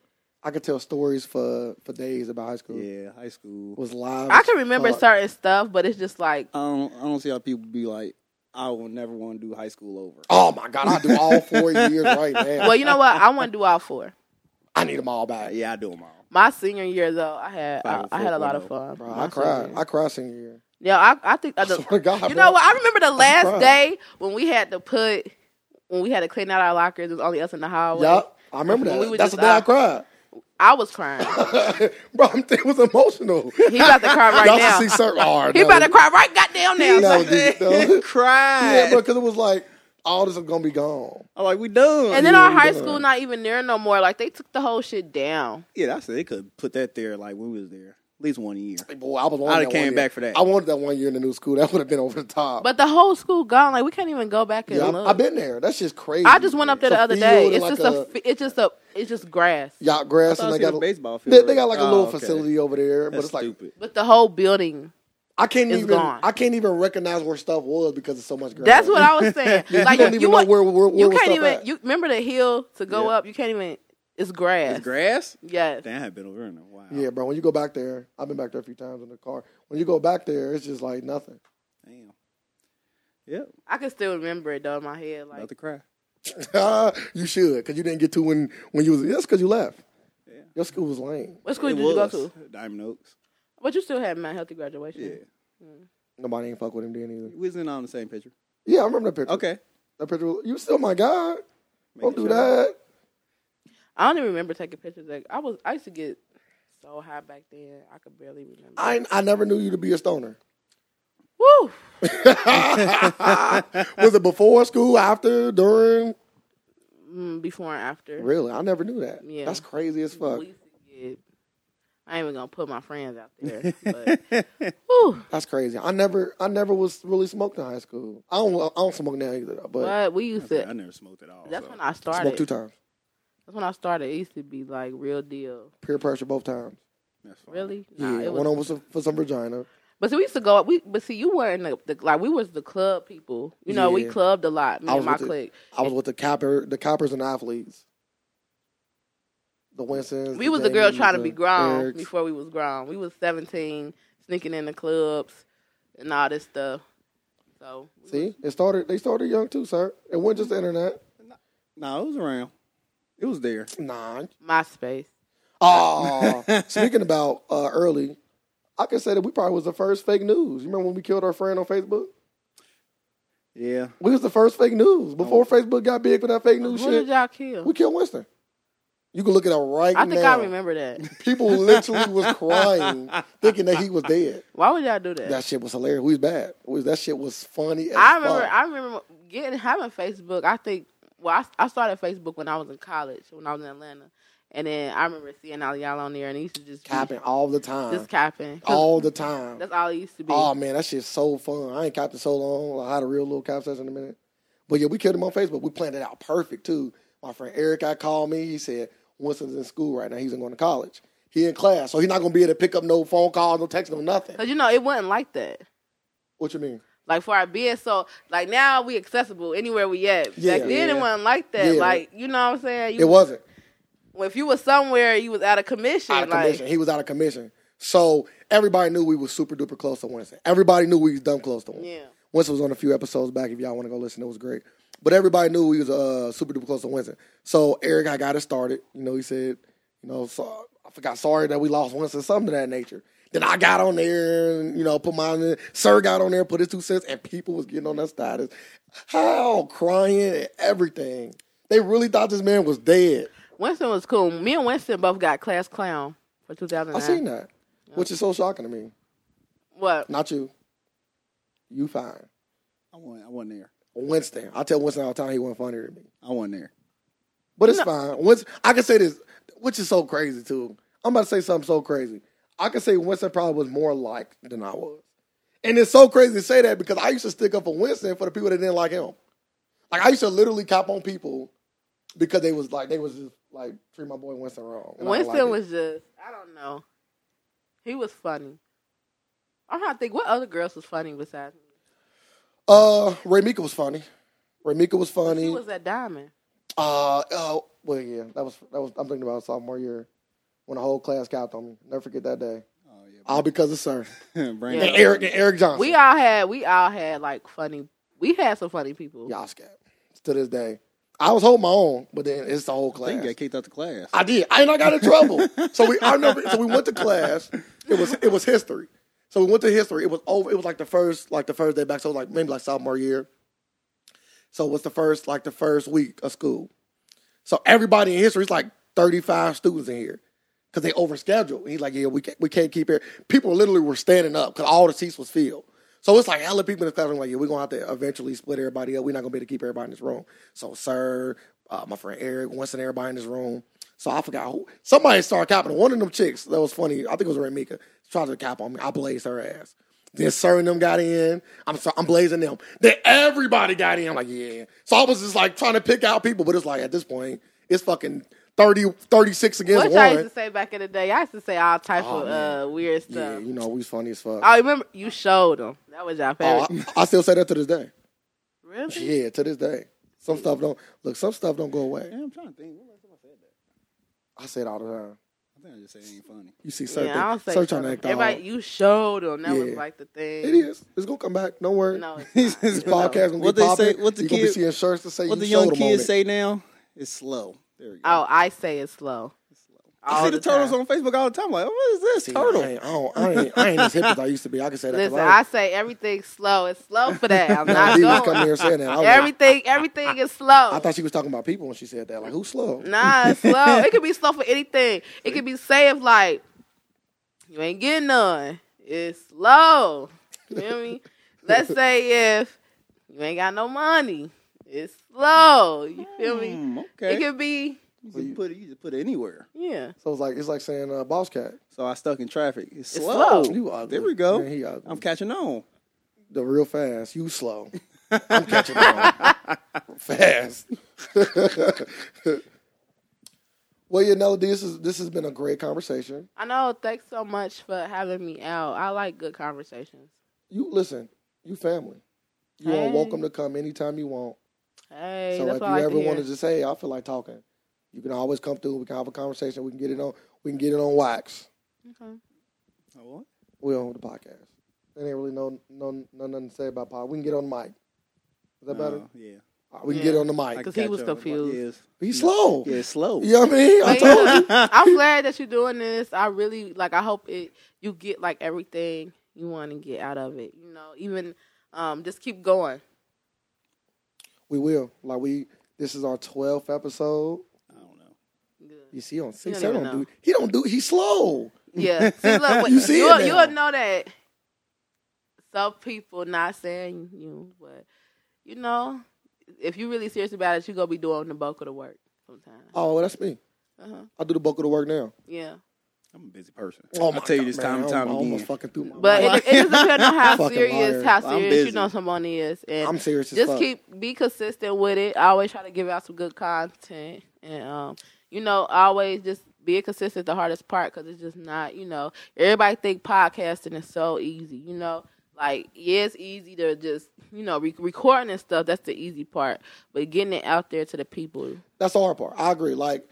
I could tell stories for for days about high school.
Yeah, high school.
Was live.
I
as
can remember
fuck.
certain stuff, but it's just like
I don't, I don't see how people be like, I will never want to do high school over.
Oh my god, I do all four years right now.
well, you know what? I want to do all four.
I need them all back.
Yeah, I do them all.
My senior year though, I had I, I had a lot of fun.
Bro,
My
I cried.
senior.
I cried senior year.
Yeah, I I think I
I
don't-
swear to God,
You
bro.
know what? I remember the
cried.
last day when we had to put when we had to clean out our lockers. It was only us in the hallway.
Yup, I remember
When we
that.
would
That's the
just,
day I
uh,
cried.
I was crying.
bro, I'm, it was emotional.
He about to cry right
Y'all
now.
should see certain. Oh,
He
no.
about to cry right goddamn now.
Oh,
No, dude, no.
Cry.
yeah, bro, because it was like all this is gonna be gone.
I'm like, we done.
and then our
Yeah,
high
done.
school not even there no more. Like they took the whole shit down.
yeah, that's it. They could put that there like when we was there. At least one year.
Like, boy, I was. wanting
I'd've
that
came
one year.
back for that.
I wanted that one year in the new school. That would have been over the top.
But the whole school gone. Like we can't even go back and
yeah, I-
look.
I've been there. That's just crazy.
I just went up there
It's
the
a
other
field
day.
and
It's
like
just a, f- it's just a it's just grass.
yacht grass,
I
and they
seen
got
a
a-
baseball
They,
field.
they got like a
Oh,
little
okay.
facility over there, but
That's
it's like
stupid.
But the whole building.
I can't
It's
even
gone.
I can't even recognize where stuff was because it's so much. Grass.
That's what I was saying.
you
like
don't even know
want-
where- where- where
you
was
can't
stuff
even
at.
you remember the hill to go
Yeah.
up. You can't even. It's grass.
It's grass?
Yes.
Damn, I have been over in a while.
Yeah, bro. When you go back there, I've been back there a few times in the car. When you go back there, it's just like nothing.
Damn. Yep.
I can still remember it though in my head.
About
Like
to cry.
you should, because you didn't get to when when you was. That's because you left.
Yeah.
Your school was lame.
what school
It
did you go
was.
to?
Diamond Oaks.
But you still had my healthy graduation.
Yeah.
Nobody ain't fuck with him then either.
We wasn't on the same picture.
Yeah, I remember that picture.
Okay.
that picture. Was, you still my god. Don't
Making sure.
do that.
I don't even remember taking pictures. Like I was, I used to get so high back then. I could barely remember.
I I never knew you to be a stoner.
Woo!
was it before school, after, during?
Mm, before and after.
Really, I never knew that.
Yeah.
that's crazy as fuck.
We used to get- I ain't even gonna put my friends out there. But whew,
That's crazy. I never, I never was really smoked in high school. I don't, I don't smoke now either. Though, but
but we used
That's right, I
to.
never smoked at all.
That's
so.
when I
I smoked two
started.
times.
That's when I started. It used to be like real deal.
Peer pressure both times.
That's fine.
Really? Nah,
Yeah,
it
one
was.
on was for some vagina.
But see, we used to go. We but see, you weren't the, the like we was the club people. You know, we
Yeah.
clubbed a lot. Me
I was
and my
with the-
clique.
I was with the copper, the coppers and athletes, the Winsons.
We was the girl
Jamies,
trying to be grown
Eric's.
before we was grown. We was seventeen, sneaking in the clubs and all this stuff. So we was-
See, it started. They started young too, sir. It wasn't just the internet.
No, it was around. It was there.
Nah.
MySpace.
Oh, speaking about uh, early, I can say that we probably was the first fake news. You remember when we killed our friend on Facebook?
Yeah.
We was the first fake news
Oh.
before Facebook got big for that fake
Who
news
did
shit.
y'all kill?
We killed Winston. You can look it up right
I think
now.
I remember that.
People literally was crying, thinking that he was dead.
Why would y'all do that?
That shit was hilarious. We was bad. We was- that shit was funny. As
I remember.
fuck.
I remember getting having Facebook. I think. Well, I, I started Facebook when I was in college. When I was in Atlanta, and then I remember seeing all y'all on there, and it used to just be-
capping Oh, all the time.
just capping. 'Cause
all the time.
That's all it used to be.
Oh man, that shit's so fun. I ain't capped in so long. I had a real little cap session in a minute. But yeah, we killed him on Facebook. We planned it out perfect too. My friend Eric, I called me. He said Winston's in school right now. He's going to college. He in class, so he's not gonna be able to pick up no phone calls, no text, no nothing.
Cause you know it wasn't like that.
What you mean?
Like for our being so like now we accessible anywhere we at.
Yeah.
Back then
Yeah.
it wasn't like that.
Yeah.
Like you know what I'm saying? You,
It wasn't
if you was somewhere you was out of commission.
out of
like
commission. He was out of commission. So everybody knew we was super duper close to Winston. Everybody knew we was dumb close to him.
Yeah.
Winston was on a few episodes back. If y'all want to go listen, it was great. But everybody knew we was uh, super duper close to Winston. So Eric, I got it started. You know, he said, you know, so, I forgot sorry that we lost Winston, something of that nature. Then I got on there and you know put mine. Sir got on there, put his two cents, and people was getting on that status, how crying and everything. They really thought this man was dead.
Winston was cool. Me and Winston both got class clown for 2009.
I seen that, which is so shocking to me.
What?
Not you. You fine.
I wasn't, I wasn't there.
Winston. I tell Winston all the time he wasn't funnier than me.
I wasn't there.
But it's fine. Winston, I can say this, which is so crazy too. I'm about to say something so crazy. I can say Winston probably was more liked than I was. And it's so crazy to say that because I used to stick up for Winston for the people that didn't like him. Like I used to literally cop on people because they was like they was just like treat my boy Winston wrong. and I didn't like
Winston
it.
was just I don't know. He was funny. I'm trying to think what other girls was funny besides me.
uh Ray Mika was funny. Ray Mika was funny.
She was at Diamond.
Uh, uh, well, yeah, that was that was. I'm thinking about sophomore year when the whole class capped on me. Never forget that day.
Oh, yeah.
All because of Sir
Brandon.
and Eric and Eric Johnson.
We all had we all had like funny we had some funny people.
y'all scared to this day. I was holding my own, but then it's the whole
I think you
class.
got kicked out the class.
I did, and I got in trouble. so we, I never. So we went to class. It was it was history. So we went to history. It was over. It was like the first like the first day back. So it was like maybe like sophomore year. So it was the first like the first week of school. So everybody in history is like thirty five students in here because they overscheduled. And he's like, yeah, we can't, we can't keep here. People literally were standing up because all the seats was filled. So it's like hella people in the classroom. Like, yeah, we're gonna have to eventually split everybody up. We're not gonna be able to keep everybody in this room. So, sir, uh, my friend Eric, once in everybody in this room. So I forgot who. Somebody started capping one of them chicks. That was funny. I think it was Ramika. Tried to cap on me. I blazed her ass. Then sir and them got in. I'm so, I'm blazing them. Then everybody got in. I'm like, yeah. So I was just like trying to pick out people, but it's like at this point, it's fucking 30, 36 against
What y'all
one.
used to say back in the day? I used to say all type
Oh,
of uh, weird
Yeah,
stuff.
you know, we was funny as fuck.
I remember you showed them. That was y'all
Oh,
favorite.
I, I still say that to this day.
really?
Yeah, to this day. Some stuff don't look. Some stuff don't go away.
Yeah, I'm trying to think. What was the last time I said that?
I say it all the time.
I think I just said it ain't funny.
You see certain
Yeah, I'll say
things. Search on
show
that.
'em. Everybody, you showed them. That was
Yeah.
like the thing.
It is. It's gonna come back. Don't worry.
No, it's
This
not.
is
This podcast gonna
What
be
they say-
popping.
what the
You're gonna be
kid-
seeing shirts to say
What
you
the young
showed 'em on
kids
it.
say now is slow. There we go.
Oh, I say it's slow.
I see the, turtles on Facebook all the time. Like, what is this
See,
turtle?
I ain't, I, don't, I, ain't, I ain't as hip as I used to be. I can say that. 'cause
Listen,
I,
I say everything's slow. It's slow for that. I'm
I,
not
was
going.
coming here saying that. I, was like,
Everything, everything is slow.
I thought she was talking about people when she said that. Like who's slow?
Nah, it's slow. It could be slow for anything. It could be safe like you ain't getting none. It's slow. You know what I mean? Let's say if you ain't got no money, it's slow. You feel
Hmm,
me?
Mm,
It
okay.
could be
You can put it. You can put it anywhere.
yeah.
So it's like it's like saying uh, boss cat.
So I stuck in traffic. It's
It's
slow.
slow.
You ugly.
Oh, There we go.
Man, he ugly.
I'm catching on.
the real fast. You slow. I'm catching on fast. well, yeah, Nella, this is this has been a great conversation.
I know. Thanks so much for having me out. I like good conversations.
You listen, you family. You are
Hey.
welcome to come anytime you want.
Hey,
so
that's
if
what
you
I like
ever
to hear.
want to just say, hey, I feel like talking, you can always come through. We can have a conversation. We can get it on. We can get it on wax.
Okay.
Oh,
We on the podcast. There ain't really no no no nothing to say about pod. We can get on the mic. Is that better?
Oh, yeah.
All right, we can
Yeah.
get on the
I
mic.
can
'Cause he
catch
was
on. Like,
confused.
Yeah, it's,
He's slow.
yeah, it's slow.
You know what I mean? I
But
told
yeah,
you.
I'm glad that you're doing this. I really like. I hope it you get like everything you want to get out of it. You know, even um, just keep going.
We will. Like we. This is our twelfth episode.
I don't know.
You see, on six,
don't
I
even
don't
know.
do. He don't do. He's slow.
Yeah, See, look,
You see it
will
now.
you'll know that some people not saying you, but you know, if you really serious about it, you gonna be doing the bulk of the work sometimes.
Oh, that's me.
Uh-huh.
I do the bulk of the work now.
Yeah,
I'm a busy person.
Oh
I'll tell you this
God,
time
man,
and
I
time
almost- almost
again.
fucking threw my
but
Why?
it, it just depends on how
Fucking liar.
serious how
I'm
serious you
busy.
know someone is, and
I'm serious as
just
fuck.
keep be consistent with it. I always try to give out some good content, and um, you know, always just being consistent. is The hardest part because it's just not, you know, everybody think podcasting is so easy. You know, like yeah, it's easy to just you know re- recording and stuff. That's the easy part, but getting it out there to the people.
That's the hard part. I agree. Like,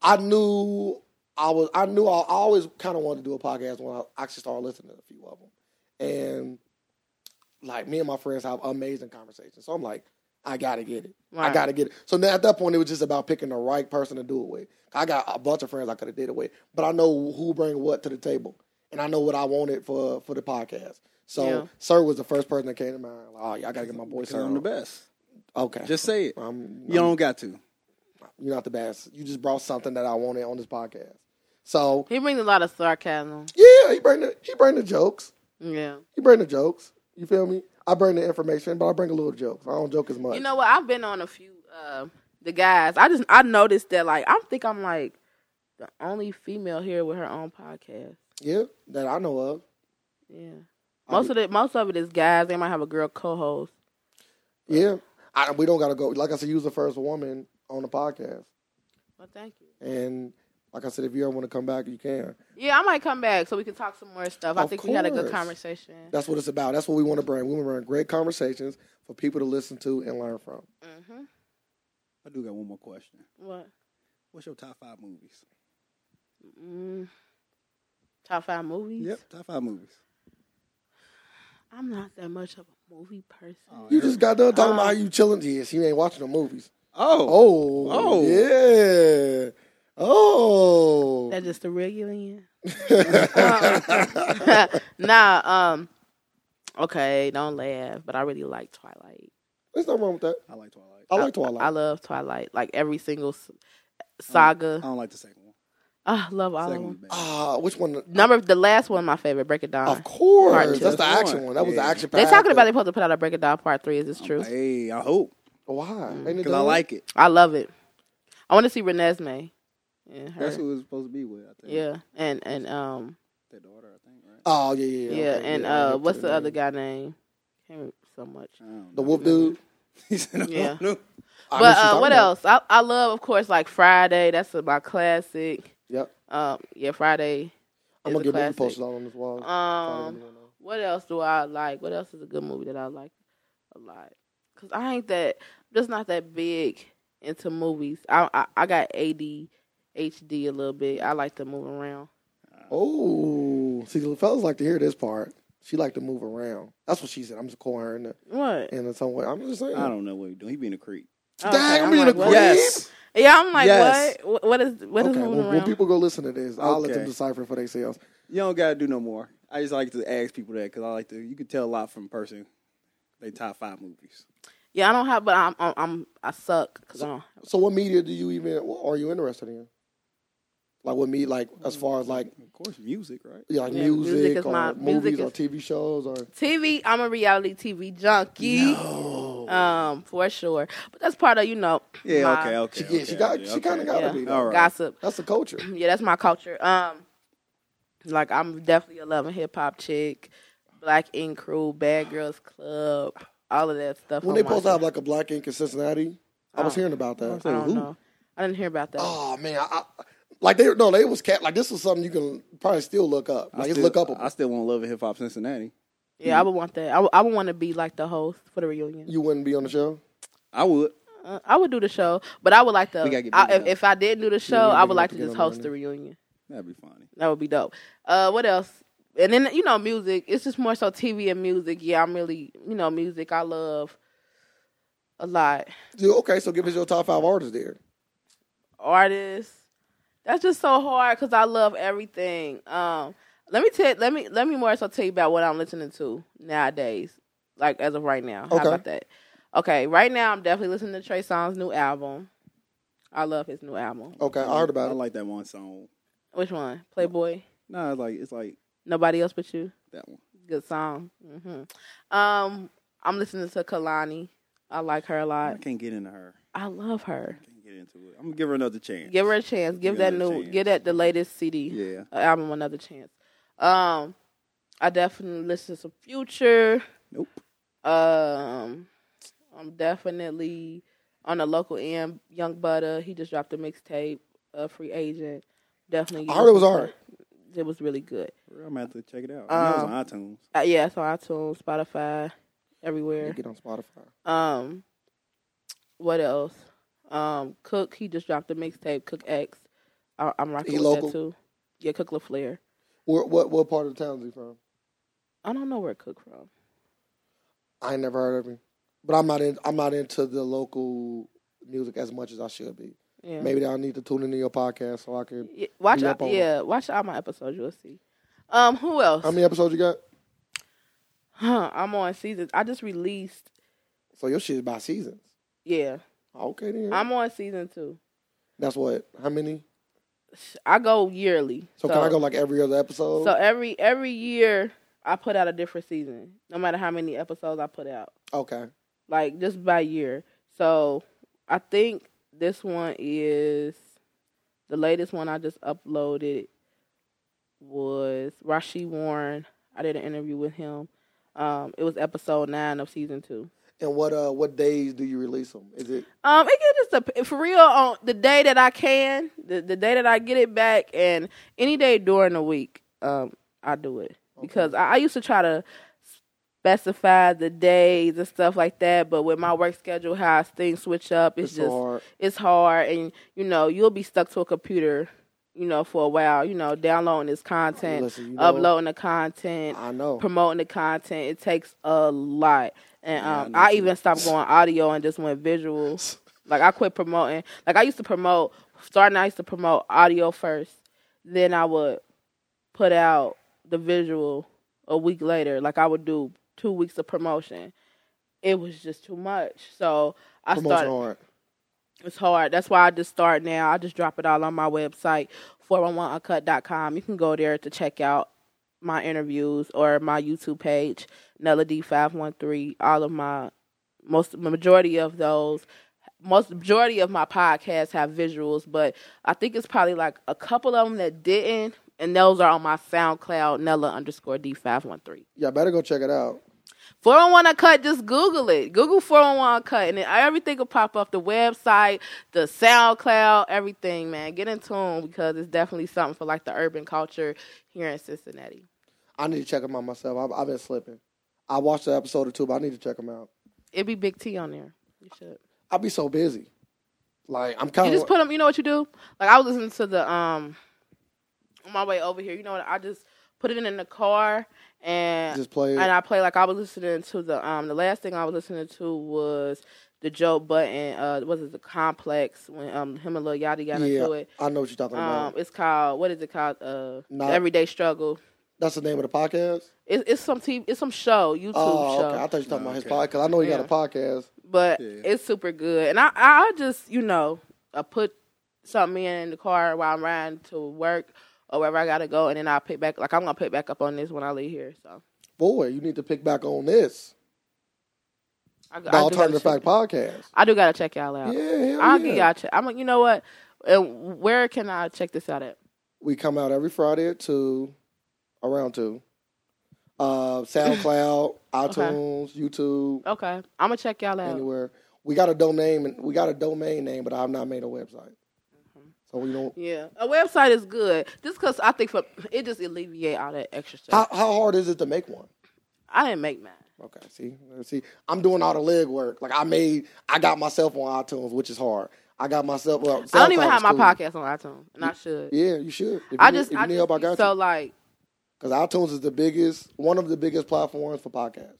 I knew I was. I knew I, I always kind of wanted to do a podcast when I actually started listening to a few of them, and like me and my friends have amazing conversations. So I'm like, I gotta get it. I
Right.
gotta get it. So now at that point, it was just about picking the right person to do it with. I got a bunch of friends I could have did it with, but I know who bring what to the table, and I know what I wanted for for the podcast. So
Yeah.
Sir was the first person that came to mind. Like, oh, yeah, I gotta get my boy
Because
Sir.
I'm
on.
the best.
Okay,
Just say it.
I'm,
You don't got to.
you're not the best. You just brought something that I wanted on this podcast. So
He brings a lot of sarcasm.
yeah, he bring the he bring the jokes.
Yeah,
He bring the jokes. You feel me? I bring the information, but I bring a little jokes. I don't joke as much.
you know what? I've been on a few um the guys. I just I noticed that like I think I'm like the only female here with her own podcast.
yeah, that I know of.
Yeah.
I
Most
be-
of it, most of it is guys. They might have a girl co-host.
Yeah, I, we don't gotta go. Like I said, you was the first woman on the podcast,
Well, thank you.
and like I said, if you ever want to come back, you can.
Yeah, I might come back so we can talk some more stuff. I
Of
think we had a good
course.
conversation.
That's what it's about. That's what we want to bring. We want to bring great conversations for people to listen to and learn from.
Mm-hmm.
I do got one more question.
What?
What's your top five movies?
Mm. Top five movies.
Yep, top five movies.
I'm not that much of a movie person.
Oh,
You just got done talking
Um,
about how you chilling. Yes, you ain't watching no movies.
Oh,
Oh,
Oh.
yeah. Oh,
That's just the regular in. nah, um, okay, don't laugh. But I really like Twilight.
there's nothing wrong with that.
I like Twilight.
I like Twilight. Oh.
I love Twilight. Like every single s- saga.
I don't like the second one.
I love all of
Second
them.
one's bad.
Ah, which one?
Number the last one, my favorite. Break it down.
Of course,
Part two.
that's the action one. That was the
Yeah.
action.
They're
pack.
talking about they're supposed to put out a break it down part three. Is this true?
Hey, I hope
Why?
because I like it.
Mm-hmm. I love it. I want to see Renesmee. Yeah, her.
That's who it was supposed to be with. I think.
yeah, and and um
their daughter. I think. Right.
Oh yeah, yeah,
yeah,
yeah. okay,
and
yeah, I
uh
get
what's
to
the
name.
other guy name? Can't remember so much.
I don't
The
know.
wolf dude.
He said, I don't
Yeah.
know.
I know
but
she's
uh,
talking
what
about.
else? I I love of course like Friday. That's my classic.
Yep,
Um yeah, Friday.
I'm
is
gonna
a
get movie
classic.
posters out on this wall.
Um, what else do I like? What else is a good movie that I like a lot? Cause I ain't that, I'm just not that big into movies. I I, I got ADHD a little bit. I like to move around.
oh, see, the fellas like to hear this part. She like to move around. That's what she said. I'm just calling her in the
What?
in some way. I'm just saying.
I don't know what he's doing. He being a creep.
Oh, okay.
Dang,
I'm
I'm being a
like,
creep.
what? Yeah, I'm like,
Yes.
what? What- What is what is
okay,
moving
when, when
around?
people go listen to this, I'll let them
Okay.
decipher for themselves.
You don't gotta do no more. I just like to ask people that because I like to. You can tell a lot from a person. They top five movies.
yeah, I don't have, but I'm I'm, I'm I suck because I don't.
So, what media do you even what are you interested in? Like what me like as far as like
Of course, music, right?
yeah, like
Yeah, music
music,
is
or
my-
movies
music
or
is-
TV shows or
TV. I'm a reality TV junkie. Um, for sure. But that's part of you know.
Yeah.
my
Okay. Okay.
She- yeah,
okay,
she got-
okay,
she kinda
okay.
got- gotta be, though.
All right.
Gossip.
that's the culture.
yeah, that's my culture. Um, like I'm definitely a loving hip hop chick, black ink crew, bad girls club, all of that stuff.
When
I'm
they supposed to have
watching.
like a black ink in Cincinnati, I was
Oh.
hearing about that.
I don't
who?
know. I didn't hear about that.
Oh man, I, I, like they no, they was cat like this was something you can probably still look up.
I
Like it's
still-
look up.
I still want Love and Hip Hop Cincinnati.
yeah, I would want that. I would, I would want to be like the host for the reunion.
you wouldn't be on the show.
I would.
Uh, I would do the show, but I would like to.
We gotta get
I,
big
if,
now.
if I did do the show,
we gotta get
I would
big
like
to
to
get
just
on the
host the reunion.
That'd be funny.
That would be dope. Uh, what else? And then you know, music. It's just more so TV and music. Yeah, I'm really you know music. I love a lot.
You- Okay, so give us your top five artists there.
artists. That's just so hard because I love everything. Um, let me tell let me let me more so tell you about what I'm listening to nowadays, like as of right now. How
Okay.
about that? Okay, right now I'm definitely listening to Trey Songz new album. I love his new album.
Okay, I heard about
I
it.
like that one song.
Which one? Playboy.
Nah, it's like it's like
Nobody else but you.
that one.
Good song. hmm Um, I'm listening to Kalani. I like her a
I
lot.
can't get into her.
I love her.
I can't get into it. I'm gonna give her another chance.
Give her a chance. Give
Give
that
her a
new.
chance.
Give that the latest CD.
Yeah.
uh, album another chance. Um, I definitely listen to some Future.
Nope.
Um, I'm definitely on the local end. Young Butter, he just dropped a mixtape. A free agent. Definitely.
I heard it was alright.
It was really good.
I'm gonna have to check it out. I know it's on iTunes.
Uh, yeah, it's on iTunes, Spotify, everywhere.
Get on Spotify.
Um, what else? Um, Cook, he just dropped a mixtape. Cook X. I, I'm rocking
He
with
local?
that too. Yeah, Cook LaFleur.
Where, what what part of the town is he from?
I don't know where Cook from.
I ain't never heard of him, but I'm not in, I'm not into the local music as much as I should be.
Yeah.
Maybe I need to tune into your podcast so I can.
Yeah, watch
Be up on
yeah, watch all my episodes. You'll see. Um, who else?
How many episodes you got?
huh, I'm on season. I just released.
So your shit is by seasons.
Yeah,
Okay then.
I'm on season two.
That's what. How many?
I go yearly.
So, can I go like every other episode?
So every every year I put out a different season, no matter how many episodes I put out,
okay.
like just by year. So I think this one is the latest one I just uploaded was Rashi Warren. I did an interview with him. Um, it was episode nine of season two.
And what uh what days do you release them? Is it
Um, it can just dep- for real on the day that I can, the, the day that I get it back, and any day during the week, um, I do it because I, I used to try to specify the days and stuff like that, but with my work schedule, how things switch up, it's,
it's
just
so hard?
it's hard, and you know you'll be stuck to a computer, you know, for a while, you know, downloading this content,
Listen, you know-
uploading the content,
I know.
promoting the content. It takes a lot. And
Yeah, I
um,
know
I
too.
even stopped going audio and just went visual. Like I quit promoting. Like I used to promote starting I used to promote audio first. Then I would put out the visual a week later. Like I would do two weeks of promotion. It was just too much. So I
Promotion
started
hard.
it's hard. That's why I just start now. I just drop it all on my website, 411uncut.com. You can go there to check out my interviews or my YouTube page, Nella D513. All of my, most, majority of those, most majority of my podcasts have visuals, but I think it's probably like a couple of them that didn't. And those are on my SoundCloud, Nella underscore D513.
Yeah, better go check it out.
411 Uncut, just Google it. Google 411 Uncut, and then everything will pop up the website, the SoundCloud, everything, man. Get in tune because it's definitely something for like the urban culture here in Cincinnati.
I need to check them out myself. I've, I've been slipping. I watched the episode or two, but I need to check them out.
It'd be Big T on there. You should.
I be so busy. Like I'm kind
You
of
just put them, you know what you do? Like, I was listening to the, um, on my way over here, you know what? I just put it in the car and
just play.
And I play like I was listening to the um the last thing I was listening to was the Joe Button uh was it the Complex when um him and Lil Yachty got
yeah,
into it.
I know what you're talking
Um,
about.
it's called what is it called? Uh,
Nah.
The Everyday Struggle.
That's the name of the podcast.
It's it's some TV, it's some show YouTube
Oh,
show,
okay. I thought you were talking
No,
about his
okay.
podcast. I know he
Yeah.
got a podcast.
but
Yeah.
it's super good. And I I just you know I put something in the car while I'm riding to work or wherever I gotta go, and then I pick back like I'm gonna pick back up on this when I leave here. So
Boy, you need to pick back on this. The
I, I do gotta
Alternative
check-
Fact podcast.
I do gotta check y'all out.
Yeah, hell
I'll
yeah.
get y'all. Check. I'm like, you know what? And where can I check this out at?
We come out every Friday at two, around two. Uh, SoundCloud, iTunes, YouTube,
Okay, I'm gonna check y'all out.
anywhere. We got a domain. We got a domain name, but I've not made a website. So we don't.
Mm-hmm. Yeah, a website is good just because I think for it just alleviate all that extra stuff.
How, how hard is it to make one?
I didn't make mine.
Okay, see, see, I'm doing all the leg work. Like I made, I got myself on iTunes, which is hard. I got myself. Well,
I don't even
SoundCloud
have
is
my
cool.
podcast on iTunes, and I should.
Yeah, you should. If
I
you
just
need, if
I
you need
just
help, I got
so
you.
like
Because iTunes is the biggest, one of the biggest platforms for podcasts.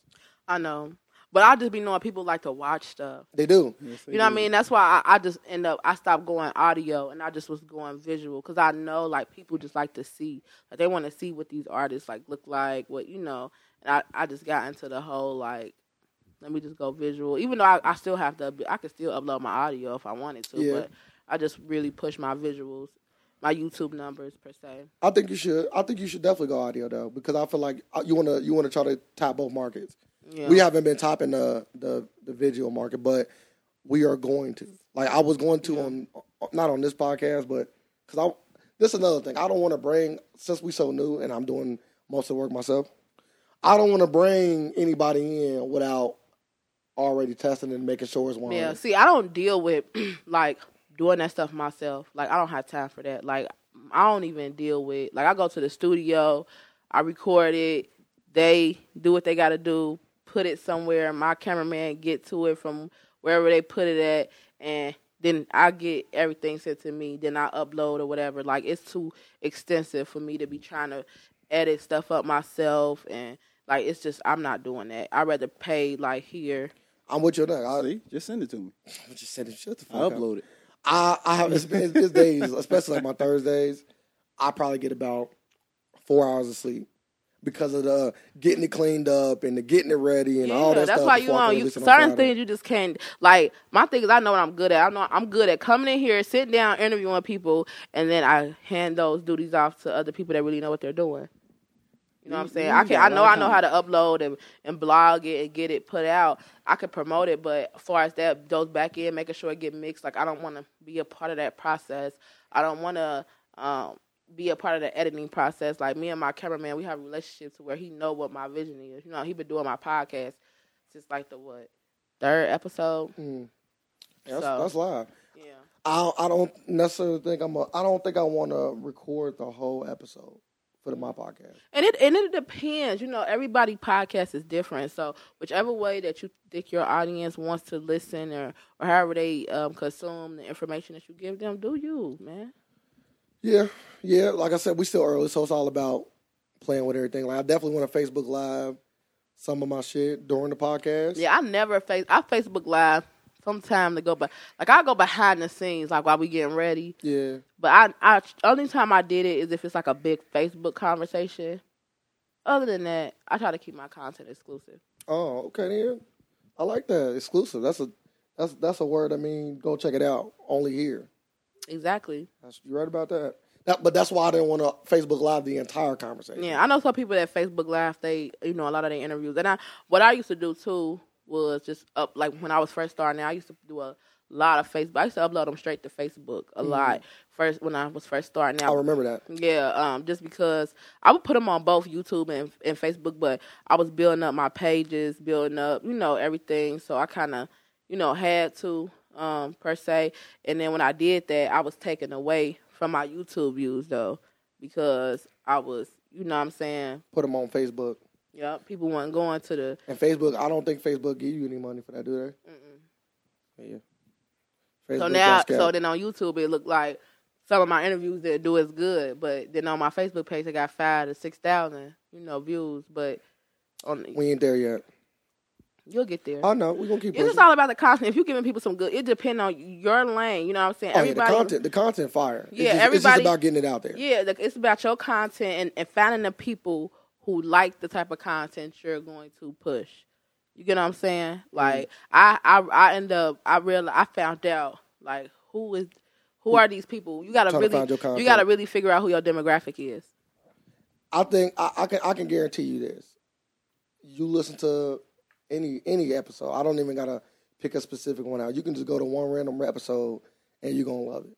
I know, but I just be knowing people like to watch stuff.
They do.
You know what I mean? That's why I, I just end up I stopped going audio and I just was going visual because I know like people just like to see like they want to see what these artists like look like, what you know. And I I just got into the whole like let me just go visual. Even though I, I still have to I could still upload my audio if I wanted to,
Yeah.
but I just really push my visuals, my YouTube numbers per se.
I think you should. I think you should definitely go audio though, because I feel like uh, you want to. You want to try to top both markets.
Yeah.
We haven't been topping the the the visual market, but we are going to. Like I was going to on uh, not on this podcast, but because I this is another thing. I don't want to bring since we so new and I'm doing most of the work myself. I don't want to bring anybody in without already testing and making sure it's one.
Yeah, see, I don't deal with like doing that stuff myself. Like, I don't have time for that. Like, I don't even deal with like I go to the studio, I record it, they do what they got to do, put it somewhere. My cameraman get to it from wherever they put it at, and then I get everything sent to me. Then I upload or whatever. Like, it's too extensive for me to be trying to edit stuff up myself and. Like it's just I'm not doing that. I'd rather pay like here.
I'm with you now. I
See, just send it to me.
just said shut the fuck
I
up.
upload it.
I, I have it's, it's, it's days, especially like my Thursdays. I probably get about four hours of sleep because of the getting it cleaned up and the getting it ready and all that
that's
stuff.
why you
before I can
on you
release it on
certain
Friday.
things you just can't like my thing is I know what I'm good at. I know I'm good at coming in here, sitting down, interviewing people, and then I hand those duties off to other people that really know what they're doing. You know what I'm saying? I can I know I know how to upload and, and blog it and get it put out. I could promote it, but as far as that those back end, making sure it get mixed, like I don't wanna be a part of that process. I don't wanna um be a part of the editing process. Like me and my cameraman, we have a relationship to where he know what my vision is. You know, he been doing my podcast since like the what third episode.
Mm. That's,
So-
that's live.
Yeah,
I don't, I don't necessarily think I'm. A, I don't think I want to record the whole episode for the, my podcast.
and it and it depends. You know, everybody podcast is different. So whichever way that you think your audience wants to listen or or however they um, consume the information that you give them, do you, man?
Yeah, yeah. Like I said, we still early, so it's all about playing with everything. Like I definitely want to Facebook Live some of my shit during the podcast.
Yeah, I never face I Facebook live some time to go, but like I go behind the scenes, like while we getting ready.
Yeah.
But I, I only time I did it is if it's like a big Facebook conversation. Other than that, I try to keep my content exclusive.
Oh, okay. Then I like that exclusive. That's a that's that's a word. I mean, go check it out. Only here.
Exactly.
That's, you're right about that. that. But that's why I didn't want to Facebook Live the entire conversation.
Yeah, I know some people that Facebook Live, they you know a lot of their interviews. And I, what I used to do too was just up like when I was first starting. out, I used to do a lot of Facebook. I used to upload them straight to Facebook a lot first when I was first starting out.
I remember that.
Yeah, um, just because I would put them on both YouTube and, and Facebook, but I was building up my pages, building up, you know, everything. So I kind of, you know, had to, um, per se. And then when I did that, I was taken away from my YouTube views, though, because I was, you know what I'm saying?
Put them on Facebook.
Yeah, people weren't going to the.
And Facebook, I don't think Facebook give you any money for that, do they? Yeah. Facebook
so now,
got
so
scalped.
then on YouTube, it looked like some of my interviews didn't do as good, but then on my Facebook page, I got five to 6,000, you know, views, but. On,
we ain't there yet.
You'll get there.
I know. We're gonna keep
It's just
pushing.
all about the content. If you're giving people some good, it depends on your lane. You know what I'm saying?
Oh, yeah, the content, the content fire. It's
Yeah,
just- It's just
everybody-
about getting it out there.
Yeah, like, it's about your content and, and finding the people who like the type of content you're going to push. You get what I'm saying?
Mm-hmm.
Like I, I, I end up. I real. I found out like who is, who are these people? You gotta
Trying to
really,
find your content.
you gotta really figure out who your demographic is.
I think I, I can I can guarantee you this. You listen to any any episode. I don't even gotta pick a specific one out. You can just go to one random episode and you're gonna love it.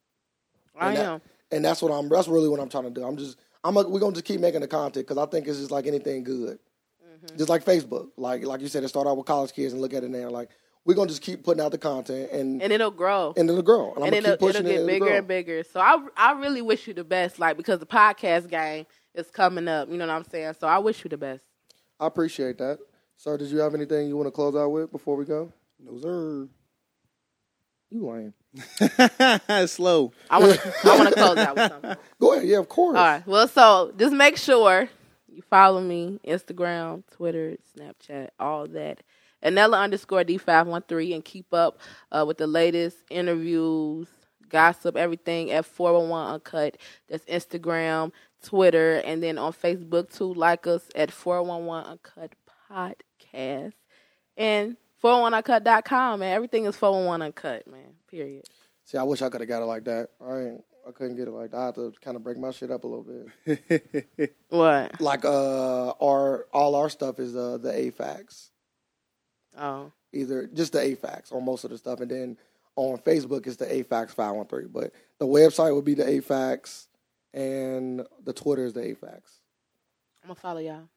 I
And that-
am.
And that's what I'm. That's really what I'm trying to do. I'm just. I'm. A, we're gonna just keep making the content because I think it's just like anything good.
Mm-hmm.
Just like Facebook, like like you said, it started out with college kids and look at it now. Like we're gonna just keep putting out the content and and,
and it'll grow.
it'll grow. And I'm
and
gonna
it'll,
keep pushing
it'll get
it.
bigger and bigger. So I I really wish you the best, like because the podcast game is coming up. You know what I'm saying? So I wish you the best.
I appreciate that, sir. Did you have anything you want to close out with before we go?
No sir.
You lying.
Slow.
I want to I want to close out with something.
Go ahead. Yeah, of course.
All right. Well, so just make sure you follow me Instagram, Twitter, Snapchat, all that. Anella underscore D513 and keep up uh, with the latest interviews, gossip, everything at 401 Uncut. That's Instagram, Twitter, and then on Facebook too. Like us at 411 Uncut Podcast and 401uncut.com, man. Everything is 411 Uncut, man. Period.
See, I wish I could have got it like that. I ain't, I couldn't get it like that. I had to kind of break my shit up a little bit.
What?
like uh, our all our stuff is uh the A facts,
Oh.
either just the A facts on most of the stuff, and then on Facebook it's the A facts five one three. But the website would be the A facts, and the Twitter is the A facts.
I'm going to follow y'all.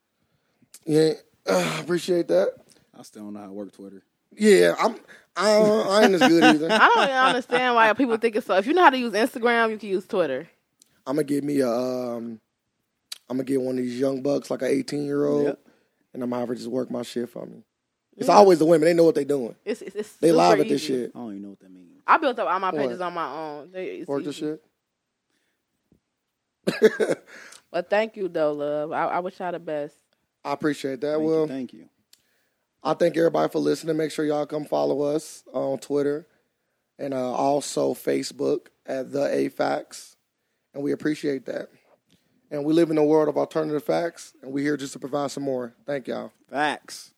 Yeah, uh, appreciate that.
I still don't know how to work Twitter.
Yeah, I'm. I, I ain't as good either.
I don't even understand why people think it's so. If you know how to use Instagram, you can use Twitter.
I'm gonna get me a. Um, I'm gonna get one of these young bucks, like an 18 year old,
Yep.
and I'm gonna have her just work my shit for me. It's always the women; they know what they're doing.
It's it's, it's
They
super
live at this
easy.
shit.
I don't even know what that means.
I built up all my
What?
pages on my own. They, it's
Work this
easy.
shit.
But thank you though, love. I, I wish y'all the best.
I appreciate that.
Thank
well,
you. Thank you.
I thank everybody for listening. Make sure y'all come follow us on Twitter and uh, also Facebook at the A Facts, and we appreciate that. And we live in a world of alternative facts, and we're here just to provide some more. Thank y'all.
Facts.